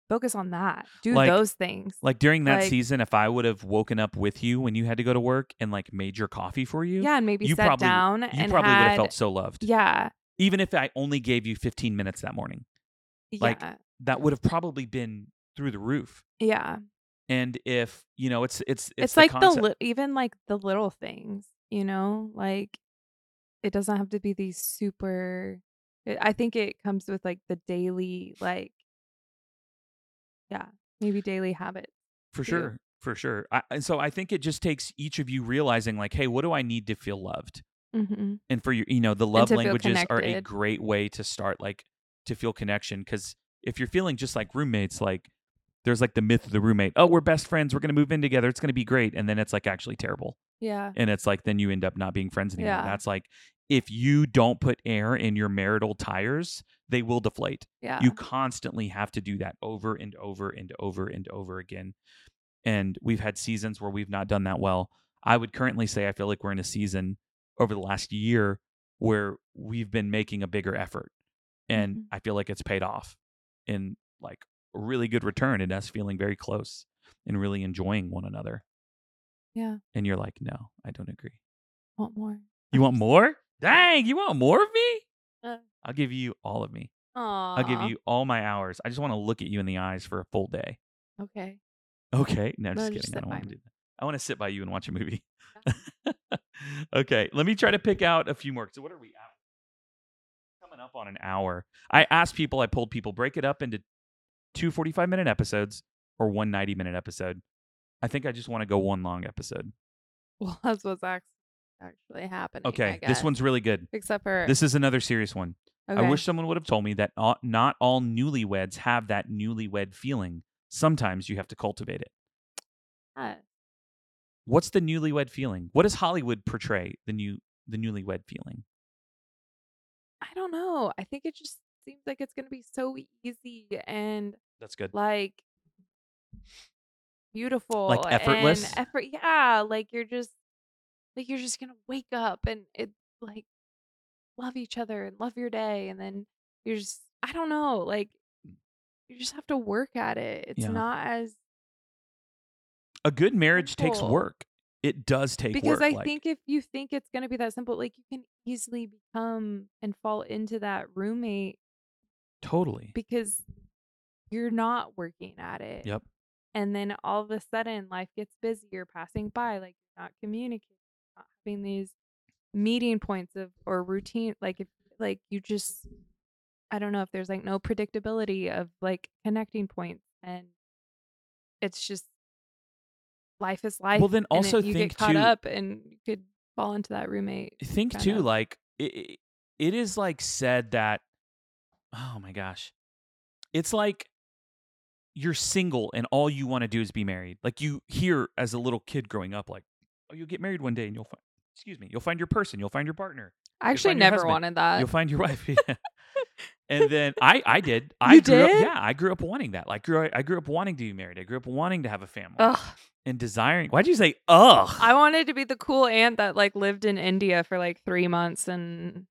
Speaker 2: focus on that do
Speaker 1: Like-
Speaker 2: those things
Speaker 1: Like during that
Speaker 2: Like-
Speaker 1: season, if I would have woken up with you when you had to go to work and like made your coffee for you,
Speaker 2: yeah and maybe
Speaker 1: you
Speaker 2: sat
Speaker 1: probably-
Speaker 2: down
Speaker 1: you
Speaker 2: and
Speaker 1: probably would have
Speaker 2: had
Speaker 1: felt so loved.
Speaker 2: yeah
Speaker 1: Even if I only gave you 15 minutes that morning, Like-
Speaker 2: yeah
Speaker 1: that would have probably been through the roof.
Speaker 2: yeah
Speaker 1: And if, you know, it's it's it's,
Speaker 2: it's, like
Speaker 1: concept.
Speaker 2: the li- even like the little things you know like it doesn't have to be these super i i think it comes with like the daily like yeah maybe daily habits
Speaker 1: for
Speaker 2: too.
Speaker 1: sure for sure I, and so i think it just takes each of you realizing like hey what do i need to feel loved
Speaker 2: mm-hmm.
Speaker 1: and for you you know the love
Speaker 2: to feel
Speaker 1: languages are a
Speaker 2: connected.
Speaker 1: great way to start like to feel connection because if you're feeling just like roommates like there's like the myth of the roommate oh we're best friends we're going to move in together it's going to be great and then it's like actually terrible
Speaker 2: yeah
Speaker 1: and it's like then you end up not being friends anymore
Speaker 2: Yeah.
Speaker 1: that's like if you don't put air in your marital tires they will deflate
Speaker 2: yeah
Speaker 1: you constantly have to do that over and over and over and over again and we've had seasons where we've not done that well i would currently say i feel like we're in a season over the last year where we've been making a bigger effort and
Speaker 2: Mhm.
Speaker 1: i feel like it's paid off in like a really good return and us feeling very close and really enjoying one another
Speaker 2: yeah
Speaker 1: and you're like no i don't agree
Speaker 2: want more
Speaker 1: you want more dang you want more of me
Speaker 2: Uh.
Speaker 1: i'll give you all of me
Speaker 2: Aww.
Speaker 1: I'll give you all my hours. I just want to look at you in the eyes for a full day.
Speaker 2: okay
Speaker 1: Okay. No, just
Speaker 2: No,
Speaker 1: kidding. I
Speaker 2: just sit
Speaker 1: don't
Speaker 2: by
Speaker 1: want to
Speaker 2: me.
Speaker 1: do that. I want to sit by you and watch a movie. okay. Let me try to pick out a few more. So, what are we at? Coming up on an hour. I asked people, I pulled people, break it up into two 45 minute episodes or one 90 minute episode. I think I just want to go one long episode.
Speaker 2: well that's what's act- actually happening I
Speaker 1: Okay. This
Speaker 2: guess.
Speaker 1: one's really good.
Speaker 2: except for
Speaker 1: This is another serious one. I
Speaker 2: okay.
Speaker 1: wish someone would have told me that all, not all newlyweds have that newlywed feeling. Sometimes you have to cultivate it.
Speaker 2: Yeah.
Speaker 1: What's the newlywed feeling? What does Hollywood portray the new the newlywed feeling?
Speaker 2: i don't know i think it just seems like it's gonna be so easy and
Speaker 1: That's good.
Speaker 2: like beautiful
Speaker 1: effortless?
Speaker 2: and effort yeah like you're just like you're just gonna wake up and it like love each other and love your day and then you're just i don't know like you just have to work at it it's
Speaker 1: Yeah.
Speaker 2: not as
Speaker 1: A good marriage takes
Speaker 2: Simple.
Speaker 1: work. It does take
Speaker 2: because
Speaker 1: work.
Speaker 2: i
Speaker 1: like-
Speaker 2: think if you think it's gonna be that simple like you can easily become and fall into that roommate
Speaker 1: totally.
Speaker 2: because you're not working at it
Speaker 1: Yep.
Speaker 2: and then all of a sudden life gets busy you're passing by like you're not communicating not having these meeting points of or routine like if like you just i don't know if there's like no predictability of like connecting points and it's just life is life
Speaker 1: then
Speaker 2: and
Speaker 1: also
Speaker 2: it- you
Speaker 1: think
Speaker 2: get caught
Speaker 1: too-
Speaker 2: up and you could fall into that roommate
Speaker 1: think
Speaker 2: kind
Speaker 1: too
Speaker 2: of.
Speaker 1: like it, it is like said that oh my gosh it's like you're single and all you want to do is be married like you hear as a little kid growing up like oh you'll get married one day and you'll find excuse me you'll find your person you'll find your partner
Speaker 2: i
Speaker 1: actually
Speaker 2: actually
Speaker 1: find your never
Speaker 2: never
Speaker 1: husband,
Speaker 2: wanted that
Speaker 1: you'll find your wife Yeah. And then I, I did. I
Speaker 2: You
Speaker 1: grew Up,
Speaker 2: did?
Speaker 1: yeah, I grew up wanting that. Like, grew, I grew up wanting to be married. I grew up wanting to have a family
Speaker 2: Ugh.
Speaker 1: and desiring. Why'd you say ugh?
Speaker 2: I wanted to be the cool aunt that like lived in India for like three months and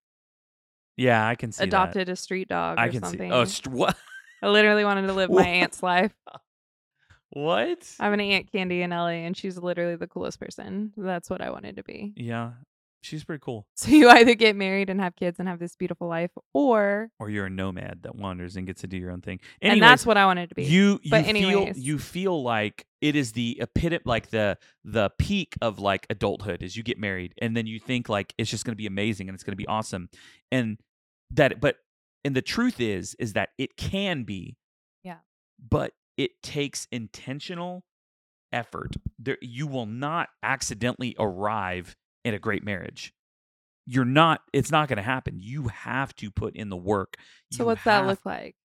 Speaker 1: yeah, I can see that.
Speaker 2: adopted a street dog or
Speaker 1: I can
Speaker 2: something.
Speaker 1: see. Oh, st- what?
Speaker 2: I literally wanted to live my
Speaker 1: Wha-
Speaker 2: aunt's life.
Speaker 1: What?
Speaker 2: I have an aunt Candy in LA, and she's literally the coolest person. That's what I wanted to be.
Speaker 1: yeah, she's pretty cool.
Speaker 2: So you either get married and have kids and have this beautiful life, or
Speaker 1: Or you're a nomad that wanders and gets to do your own thing.
Speaker 2: and
Speaker 1: Anyways,
Speaker 2: that's what I wanted to be.
Speaker 1: you you
Speaker 2: But
Speaker 1: feel
Speaker 2: anyways.
Speaker 1: you feel like it is the epitome like the the peak of like adulthood is you get married and then you think like it's just going to be amazing and it's going to be awesome and that but and the truth is is that it can be
Speaker 2: Yeah.
Speaker 1: but it takes intentional effort there you will not accidentally arrive at a great marriage you're not it's not going to happen you have to put in the work
Speaker 2: so
Speaker 1: You
Speaker 2: what's that
Speaker 1: have
Speaker 2: look like?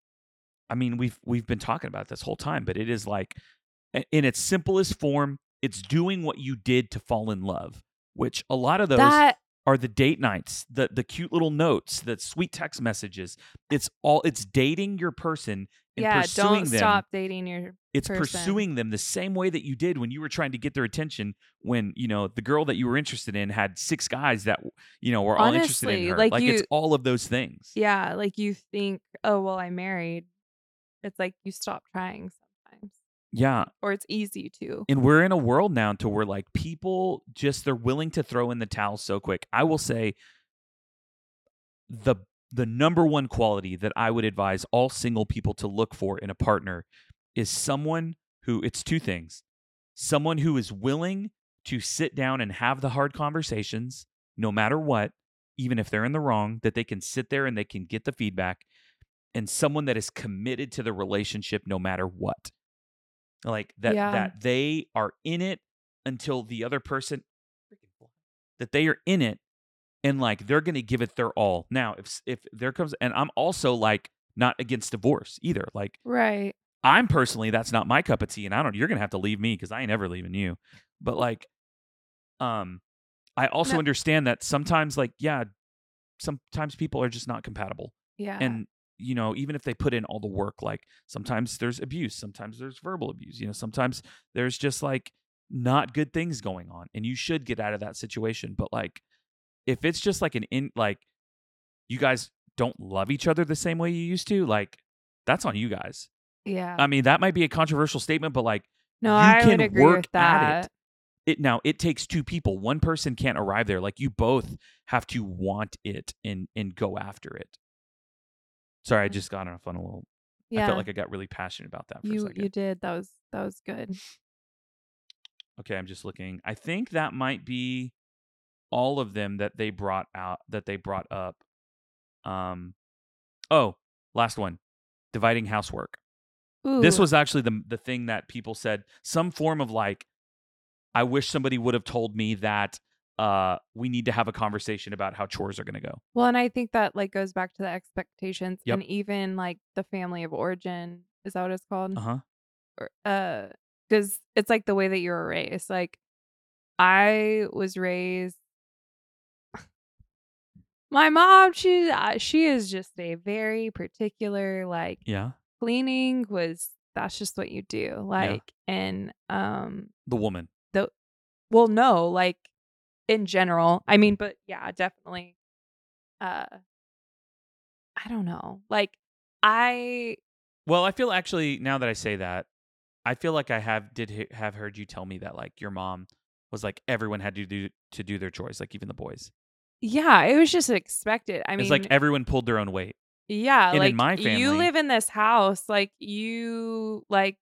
Speaker 1: I mean, we've we've been talking about this whole time, but it is like i- in its simplest form, it's doing what you did to fall in love, which a lot of those
Speaker 2: That
Speaker 1: are the date nights, the the cute little notes, the sweet text messages. It's all it's dating your person and
Speaker 2: yeah.
Speaker 1: pursuing
Speaker 2: Don't
Speaker 1: them.
Speaker 2: stop dating your
Speaker 1: It's
Speaker 2: person.
Speaker 1: pursuing them the same way that you did when you were trying to get their attention when, you know, the girl that you were interested in had six guys that, you know, were all interested in
Speaker 2: Honestly,
Speaker 1: her.
Speaker 2: like
Speaker 1: it's
Speaker 2: you-
Speaker 1: all of those things.
Speaker 2: Yeah, like you think, oh well, I'm married. It's like you stop trying sometimes,
Speaker 1: yeah.
Speaker 2: or it's easy to.
Speaker 1: and we're in a world now to where like people just they're willing to throw in the towel so quick i will say the the number one quality that i would advise all single people to look for in a partner is someone who it's two things someone who is willing to sit down and have the hard conversations no matter what even if they're in the wrong that they can sit there and they can get the feedback and someone that is committed to the relationship no matter what like that
Speaker 2: Yeah.
Speaker 1: that they are in it until the other person that they are in it and like they're gonna give it their all now if s- if there comes and i'm also like not against divorce either like
Speaker 2: Right.
Speaker 1: i'm personally that's not my cup of tea and i don't you're gonna have to leave me because i ain't ever leaving you but like um i also
Speaker 2: No.
Speaker 1: understand that sometimes like yeah sometimes people are just not compatible
Speaker 2: Yeah.
Speaker 1: and you know even if they put in all the work like sometimes there's abuse sometimes there's verbal abuse you know sometimes there's just like not good things going on and you should get out of that situation but like if it's just like an in like you guys don't love each other the same way you used to like that's on you guys
Speaker 2: yeah.
Speaker 1: i mean that might be a controversial statement but like
Speaker 2: no,
Speaker 1: you
Speaker 2: I
Speaker 1: can
Speaker 2: would agree
Speaker 1: work
Speaker 2: with
Speaker 1: at
Speaker 2: that.
Speaker 1: it. it now it takes two people one person can't arrive there like you both have to want it and and go after it sorry i
Speaker 2: Mhm.
Speaker 1: just got off on a little
Speaker 2: Yeah.
Speaker 1: I felt like I got really passionate about that for a
Speaker 2: you
Speaker 1: second.
Speaker 2: you did. That was that was good.
Speaker 1: Okay, I'm just looking. I think that might be all of them that they brought out that they brought up. Um Oh, last one. Dividing housework. This
Speaker 2: Ooh,
Speaker 1: was actually the the thing that people said some form of like I wish somebody would have told me that uh we need to have a conversation about how chores are going to go.
Speaker 2: well, and I think that like goes back to the expectations
Speaker 1: Yep.
Speaker 2: and even like the family of origin. Is that what it's called?
Speaker 1: Uh-huh.
Speaker 2: or- uh because it's like the way that you were raised like i was raised my mom she uh, she is just a very particular like
Speaker 1: Yeah.
Speaker 2: cleaning was that's just what you do like and um
Speaker 1: The woman.
Speaker 2: well no like in general i mean but yeah definitely uh i don't know like i
Speaker 1: Well, I feel actually now that I say that, I feel like I have did he- have heard you tell me that like your mom was like everyone had to do to do their chores, like even the boys.
Speaker 2: yeah it was just expected i mean
Speaker 1: it's like everyone pulled their own weight.
Speaker 2: Yeah,
Speaker 1: And in
Speaker 2: like
Speaker 1: my
Speaker 2: you
Speaker 1: family-
Speaker 2: live in this house, like you like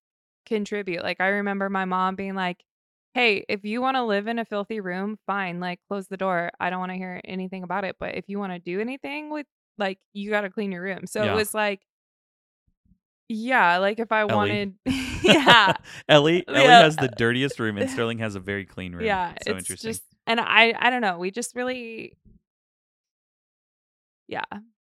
Speaker 2: contribute. Like I remember my mom being like, "Hey, if you want to live in a filthy room, fine. Like close the door. I don't want to hear anything about it, but if you want to do anything with like you got to clean your room." So
Speaker 1: Yeah.
Speaker 2: it was like yeah, like if I
Speaker 1: Ellie.
Speaker 2: wanted yeah.
Speaker 1: Ellie Ellie
Speaker 2: Yeah.
Speaker 1: has the dirtiest room, and Sterling has a very clean room.
Speaker 2: Yeah,
Speaker 1: so interesting.
Speaker 2: Just, and I, I don't know. We just really, yeah.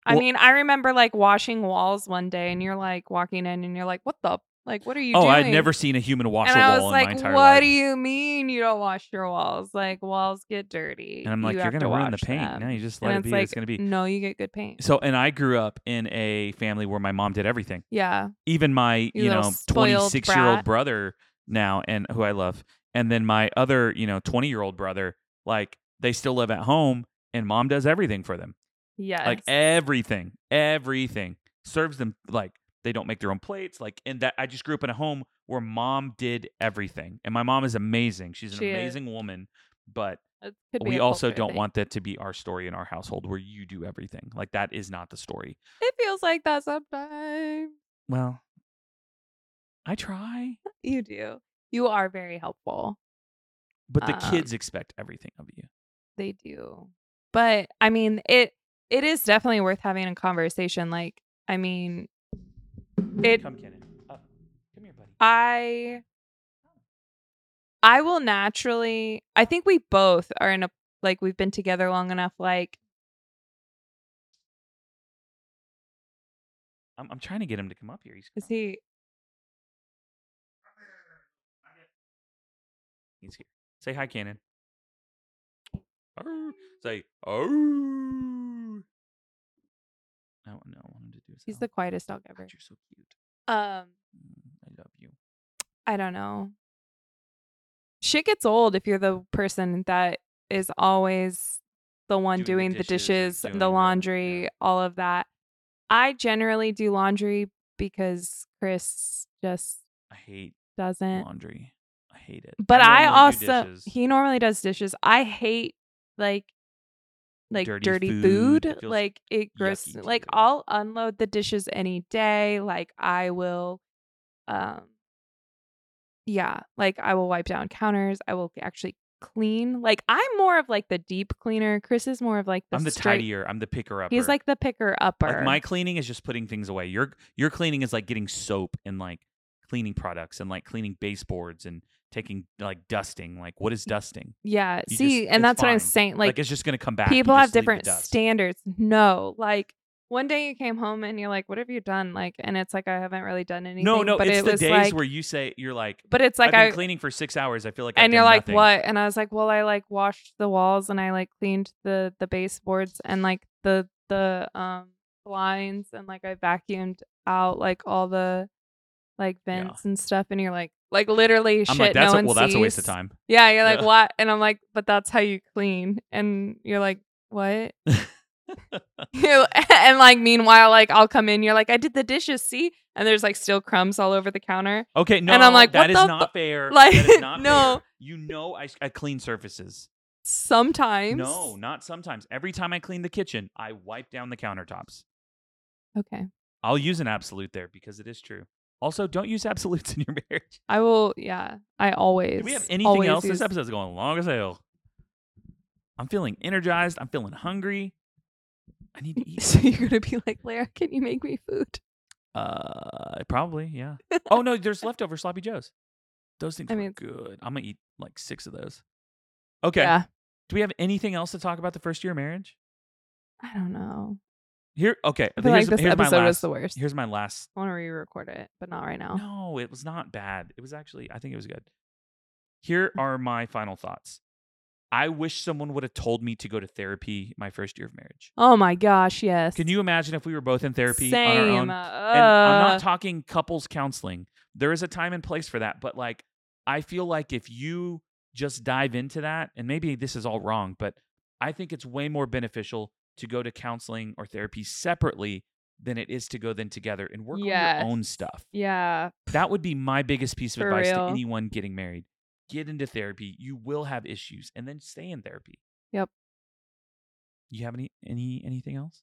Speaker 2: I
Speaker 1: Well-
Speaker 2: mean, I remember like washing walls one day, and you're like walking in, and you're like, "What the Like, what are you
Speaker 1: oh,
Speaker 2: doing?
Speaker 1: I'd never seen a human wash
Speaker 2: and
Speaker 1: a
Speaker 2: I
Speaker 1: wall
Speaker 2: was
Speaker 1: in
Speaker 2: like,
Speaker 1: my entire
Speaker 2: "What
Speaker 1: life.
Speaker 2: do you mean you don't wash your walls? Like walls get dirty."
Speaker 1: and I'm like,
Speaker 2: you
Speaker 1: are
Speaker 2: have
Speaker 1: gonna
Speaker 2: to
Speaker 1: ruin the
Speaker 2: wash
Speaker 1: paint.
Speaker 2: them."
Speaker 1: No, you just
Speaker 2: And
Speaker 1: let it
Speaker 2: it's
Speaker 1: be.
Speaker 2: like,
Speaker 1: it's gonna be.
Speaker 2: No, you get good paint.
Speaker 1: So, and I grew up in a family where my mom did everything.
Speaker 2: yeah,
Speaker 1: Even my, you,
Speaker 2: You little
Speaker 1: know,
Speaker 2: spoiled
Speaker 1: 26 year old
Speaker 2: brat.
Speaker 1: brother now, and who I love, and then my other, you know, 20 year old brother, like they still live at home, and mom does everything for them,
Speaker 2: yes,
Speaker 1: like eh, everything, everything serves them. Like they don't make their own plates. Like, and that I just grew up in a home where mom did everything, and my mom is amazing. She's an
Speaker 2: She is.
Speaker 1: amazing woman, but
Speaker 2: It could be
Speaker 1: we
Speaker 2: a
Speaker 1: also
Speaker 2: culture
Speaker 1: don't
Speaker 2: thing.
Speaker 1: want that to be our story in our household where you do everything. Like that is not the story.
Speaker 2: It feels like that sometimes.
Speaker 1: Well, I try,
Speaker 2: You do. You are very helpful.
Speaker 1: but the
Speaker 2: Um,
Speaker 1: kids expect everything of you.
Speaker 2: They do. But I mean, it it is definitely worth having a conversation. Like, I mean, it
Speaker 1: Come, Kenan. Up. Come here, buddy.
Speaker 2: I I will naturally I think we both are in a like we've been together long enough like
Speaker 1: I'm, I'm trying to get him to come up here. He's
Speaker 2: is he
Speaker 1: he's here. Say hi, Cannon. Say oh. I don't know. I want him to do his
Speaker 2: he's
Speaker 1: own.
Speaker 2: the quietest dog
Speaker 1: God,
Speaker 2: ever.
Speaker 1: You're so cute.
Speaker 2: Um
Speaker 1: Mm, I love you.
Speaker 2: I don't know. Shit gets old if you're the person that is always the one
Speaker 1: Doing
Speaker 2: doing,
Speaker 1: the
Speaker 2: the
Speaker 1: dishes and
Speaker 2: dishes,
Speaker 1: doing the-
Speaker 2: the laundry,
Speaker 1: yeah.
Speaker 2: all of that. I generally do laundry because Chris just
Speaker 1: I hate
Speaker 2: doesn't.
Speaker 1: laundry. I hate it.
Speaker 2: Eh. But
Speaker 1: normally
Speaker 2: I,
Speaker 1: do
Speaker 2: also
Speaker 1: dishes.
Speaker 2: he normally does dishes. I hate like like
Speaker 1: Dirty
Speaker 2: dirty,
Speaker 1: food.
Speaker 2: food.
Speaker 1: It feels
Speaker 2: like it gross
Speaker 1: yucky to
Speaker 2: like
Speaker 1: you.
Speaker 2: I'll unload the dishes any day. Like I will um yeah, like I will wipe down counters. I will actually clean. Like I'm more of like the deep cleaner. Chris is more of like the
Speaker 1: I'm the
Speaker 2: straight-
Speaker 1: tidier. I'm the picker up.
Speaker 2: He's like the picker upper.
Speaker 1: Like my cleaning is just putting things away. Your your cleaning is like getting soap and like cleaning products and like cleaning baseboards and taking like dusting. Like what is dusting?
Speaker 2: yeah.
Speaker 1: you
Speaker 2: See,
Speaker 1: just- it's
Speaker 2: and that's what
Speaker 1: fine.
Speaker 2: I'm saying.
Speaker 1: Like,
Speaker 2: Like,
Speaker 1: it's just gonna come back. You
Speaker 2: people have
Speaker 1: just leave the
Speaker 2: different
Speaker 1: dust.
Speaker 2: standards. No, like one day you came home and you're like, "What have you done?" Like, and it's like I haven't really done anything.
Speaker 1: No, no,
Speaker 2: but
Speaker 1: it's
Speaker 2: it
Speaker 1: the
Speaker 2: was
Speaker 1: days
Speaker 2: like,
Speaker 1: where you say you're like,
Speaker 2: but it's like
Speaker 1: I've
Speaker 2: I
Speaker 1: been cleaning for six hours. I feel like, I've
Speaker 2: and you're
Speaker 1: done
Speaker 2: like,
Speaker 1: nothing.
Speaker 2: "What?" And I was like, "Well, I like washed the walls and I like cleaned the the baseboards and like the the um blinds and like I vacuumed out like all the like
Speaker 1: Yeah.
Speaker 2: vents and stuff." And you're like, like literally
Speaker 1: I'm
Speaker 2: shit.
Speaker 1: like, that's
Speaker 2: no
Speaker 1: a,
Speaker 2: one
Speaker 1: well, that's a waste of
Speaker 2: sees."
Speaker 1: time.
Speaker 2: Yeah, you're like,
Speaker 1: Yeah.
Speaker 2: what? And I'm like, but that's how you clean. And you're like, what? You- and like, meanwhile, like, I'll come in. You're like, I did the dishes, see? And there's like still crumbs all over the counter.
Speaker 1: Okay, no,
Speaker 2: I'm like,
Speaker 1: that
Speaker 2: what
Speaker 1: is
Speaker 2: the
Speaker 1: not fair.
Speaker 2: Like,
Speaker 1: that is not
Speaker 2: no.
Speaker 1: fair. You know, I, I clean surfaces.
Speaker 2: Sometimes.
Speaker 1: No, not sometimes. Every time I clean the kitchen, I wipe down the countertops.
Speaker 2: Okay.
Speaker 1: I'll use an absolute there because it is true. Also, don't use absolutes in your marriage.
Speaker 2: I will. Yeah. I always.
Speaker 1: Do we have anything
Speaker 2: always
Speaker 1: else? This
Speaker 2: use-
Speaker 1: episode's going long as hell. I'm feeling energized. I'm feeling hungry. I need to eat.
Speaker 2: So you're gonna be like, Lara, can you make me food?
Speaker 1: Uh, probably, yeah. Oh no, there's leftover sloppy joes. Those things
Speaker 2: I
Speaker 1: are
Speaker 2: mean-
Speaker 1: good. I'm gonna eat like six of those. Okay.
Speaker 2: Yeah.
Speaker 1: Do we have anything else to talk about the first year of marriage?
Speaker 2: I don't know.
Speaker 1: Here, okay.
Speaker 2: I feel
Speaker 1: Here's,
Speaker 2: like this
Speaker 1: here's my
Speaker 2: episode was
Speaker 1: last.
Speaker 2: the worst.
Speaker 1: Here's my last
Speaker 2: I want to re-record it, but not right now.
Speaker 1: No, it was not bad. It was actually, I think it was good. Here
Speaker 2: Mm.
Speaker 1: are my final thoughts. I wish someone would have told me to go to therapy my first year of marriage.
Speaker 2: Oh my gosh, yes.
Speaker 1: Can you imagine if we were both in therapy on our
Speaker 2: Same.
Speaker 1: own? And I'm
Speaker 2: uh,
Speaker 1: not talking couples counseling. There is a time and place for that, but like I feel like if you just dive into that, and maybe this is all wrong, but I think it's way more beneficial to go to counseling or therapy separately than it is to go then together and work
Speaker 2: Yes.
Speaker 1: on your own stuff.
Speaker 2: yeah.
Speaker 1: That would be my biggest piece of
Speaker 2: For
Speaker 1: advice
Speaker 2: real.
Speaker 1: to anyone getting married. Get into therapy. You will have issues, and then stay in therapy.
Speaker 2: Yep.
Speaker 1: You have any any anything else?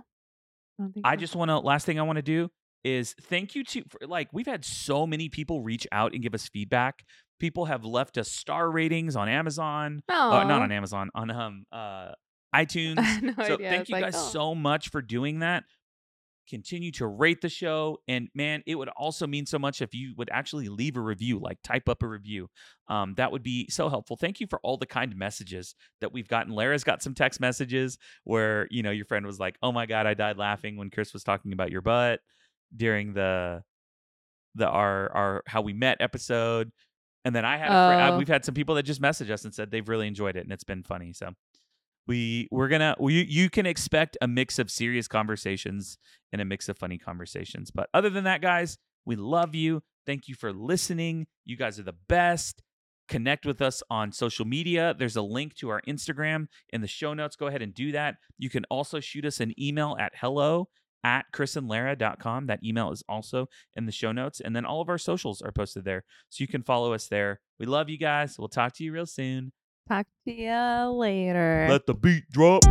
Speaker 2: I, don't think
Speaker 1: I
Speaker 2: so.
Speaker 1: just want to. Last thing I want to do is thank you to for, like we've had so many people reach out and give us feedback. People have left us star ratings on Amazon. Uh, not
Speaker 2: Aw.
Speaker 1: on Amazon. On um uh iTunes.
Speaker 2: no
Speaker 1: so
Speaker 2: idea.
Speaker 1: thank
Speaker 2: It's
Speaker 1: you
Speaker 2: like,
Speaker 1: guys
Speaker 2: oh.
Speaker 1: so much for doing that continue to rate the show and man it would also mean so much if you would actually leave a review like type up a review um, that would be so helpful thank you for all the kind messages that we've gotten lara's got some text messages where you know your friend was like oh my god i died laughing when chris was talking about your butt during the the our our how we met episode. And then I had a fri- uh,
Speaker 2: Oh.
Speaker 1: we've had some people that just messaged us and said they've really enjoyed it and it's been funny. So we we're gonna we, you can expect a mix of serious conversations and a mix of funny conversations. But other than that, guys, we love you. Thank you for listening. You guys are the best. Connect with us on social media. There's a link to our Instagram in the show notes. Go ahead and do that. You can also shoot us an email at hello at chrisandlara.com. That email is also in the show notes. And then all of our socials are posted there. So you can follow us there. We love you guys. We'll talk to you real soon.
Speaker 2: Talk to you later.
Speaker 1: the beat drop.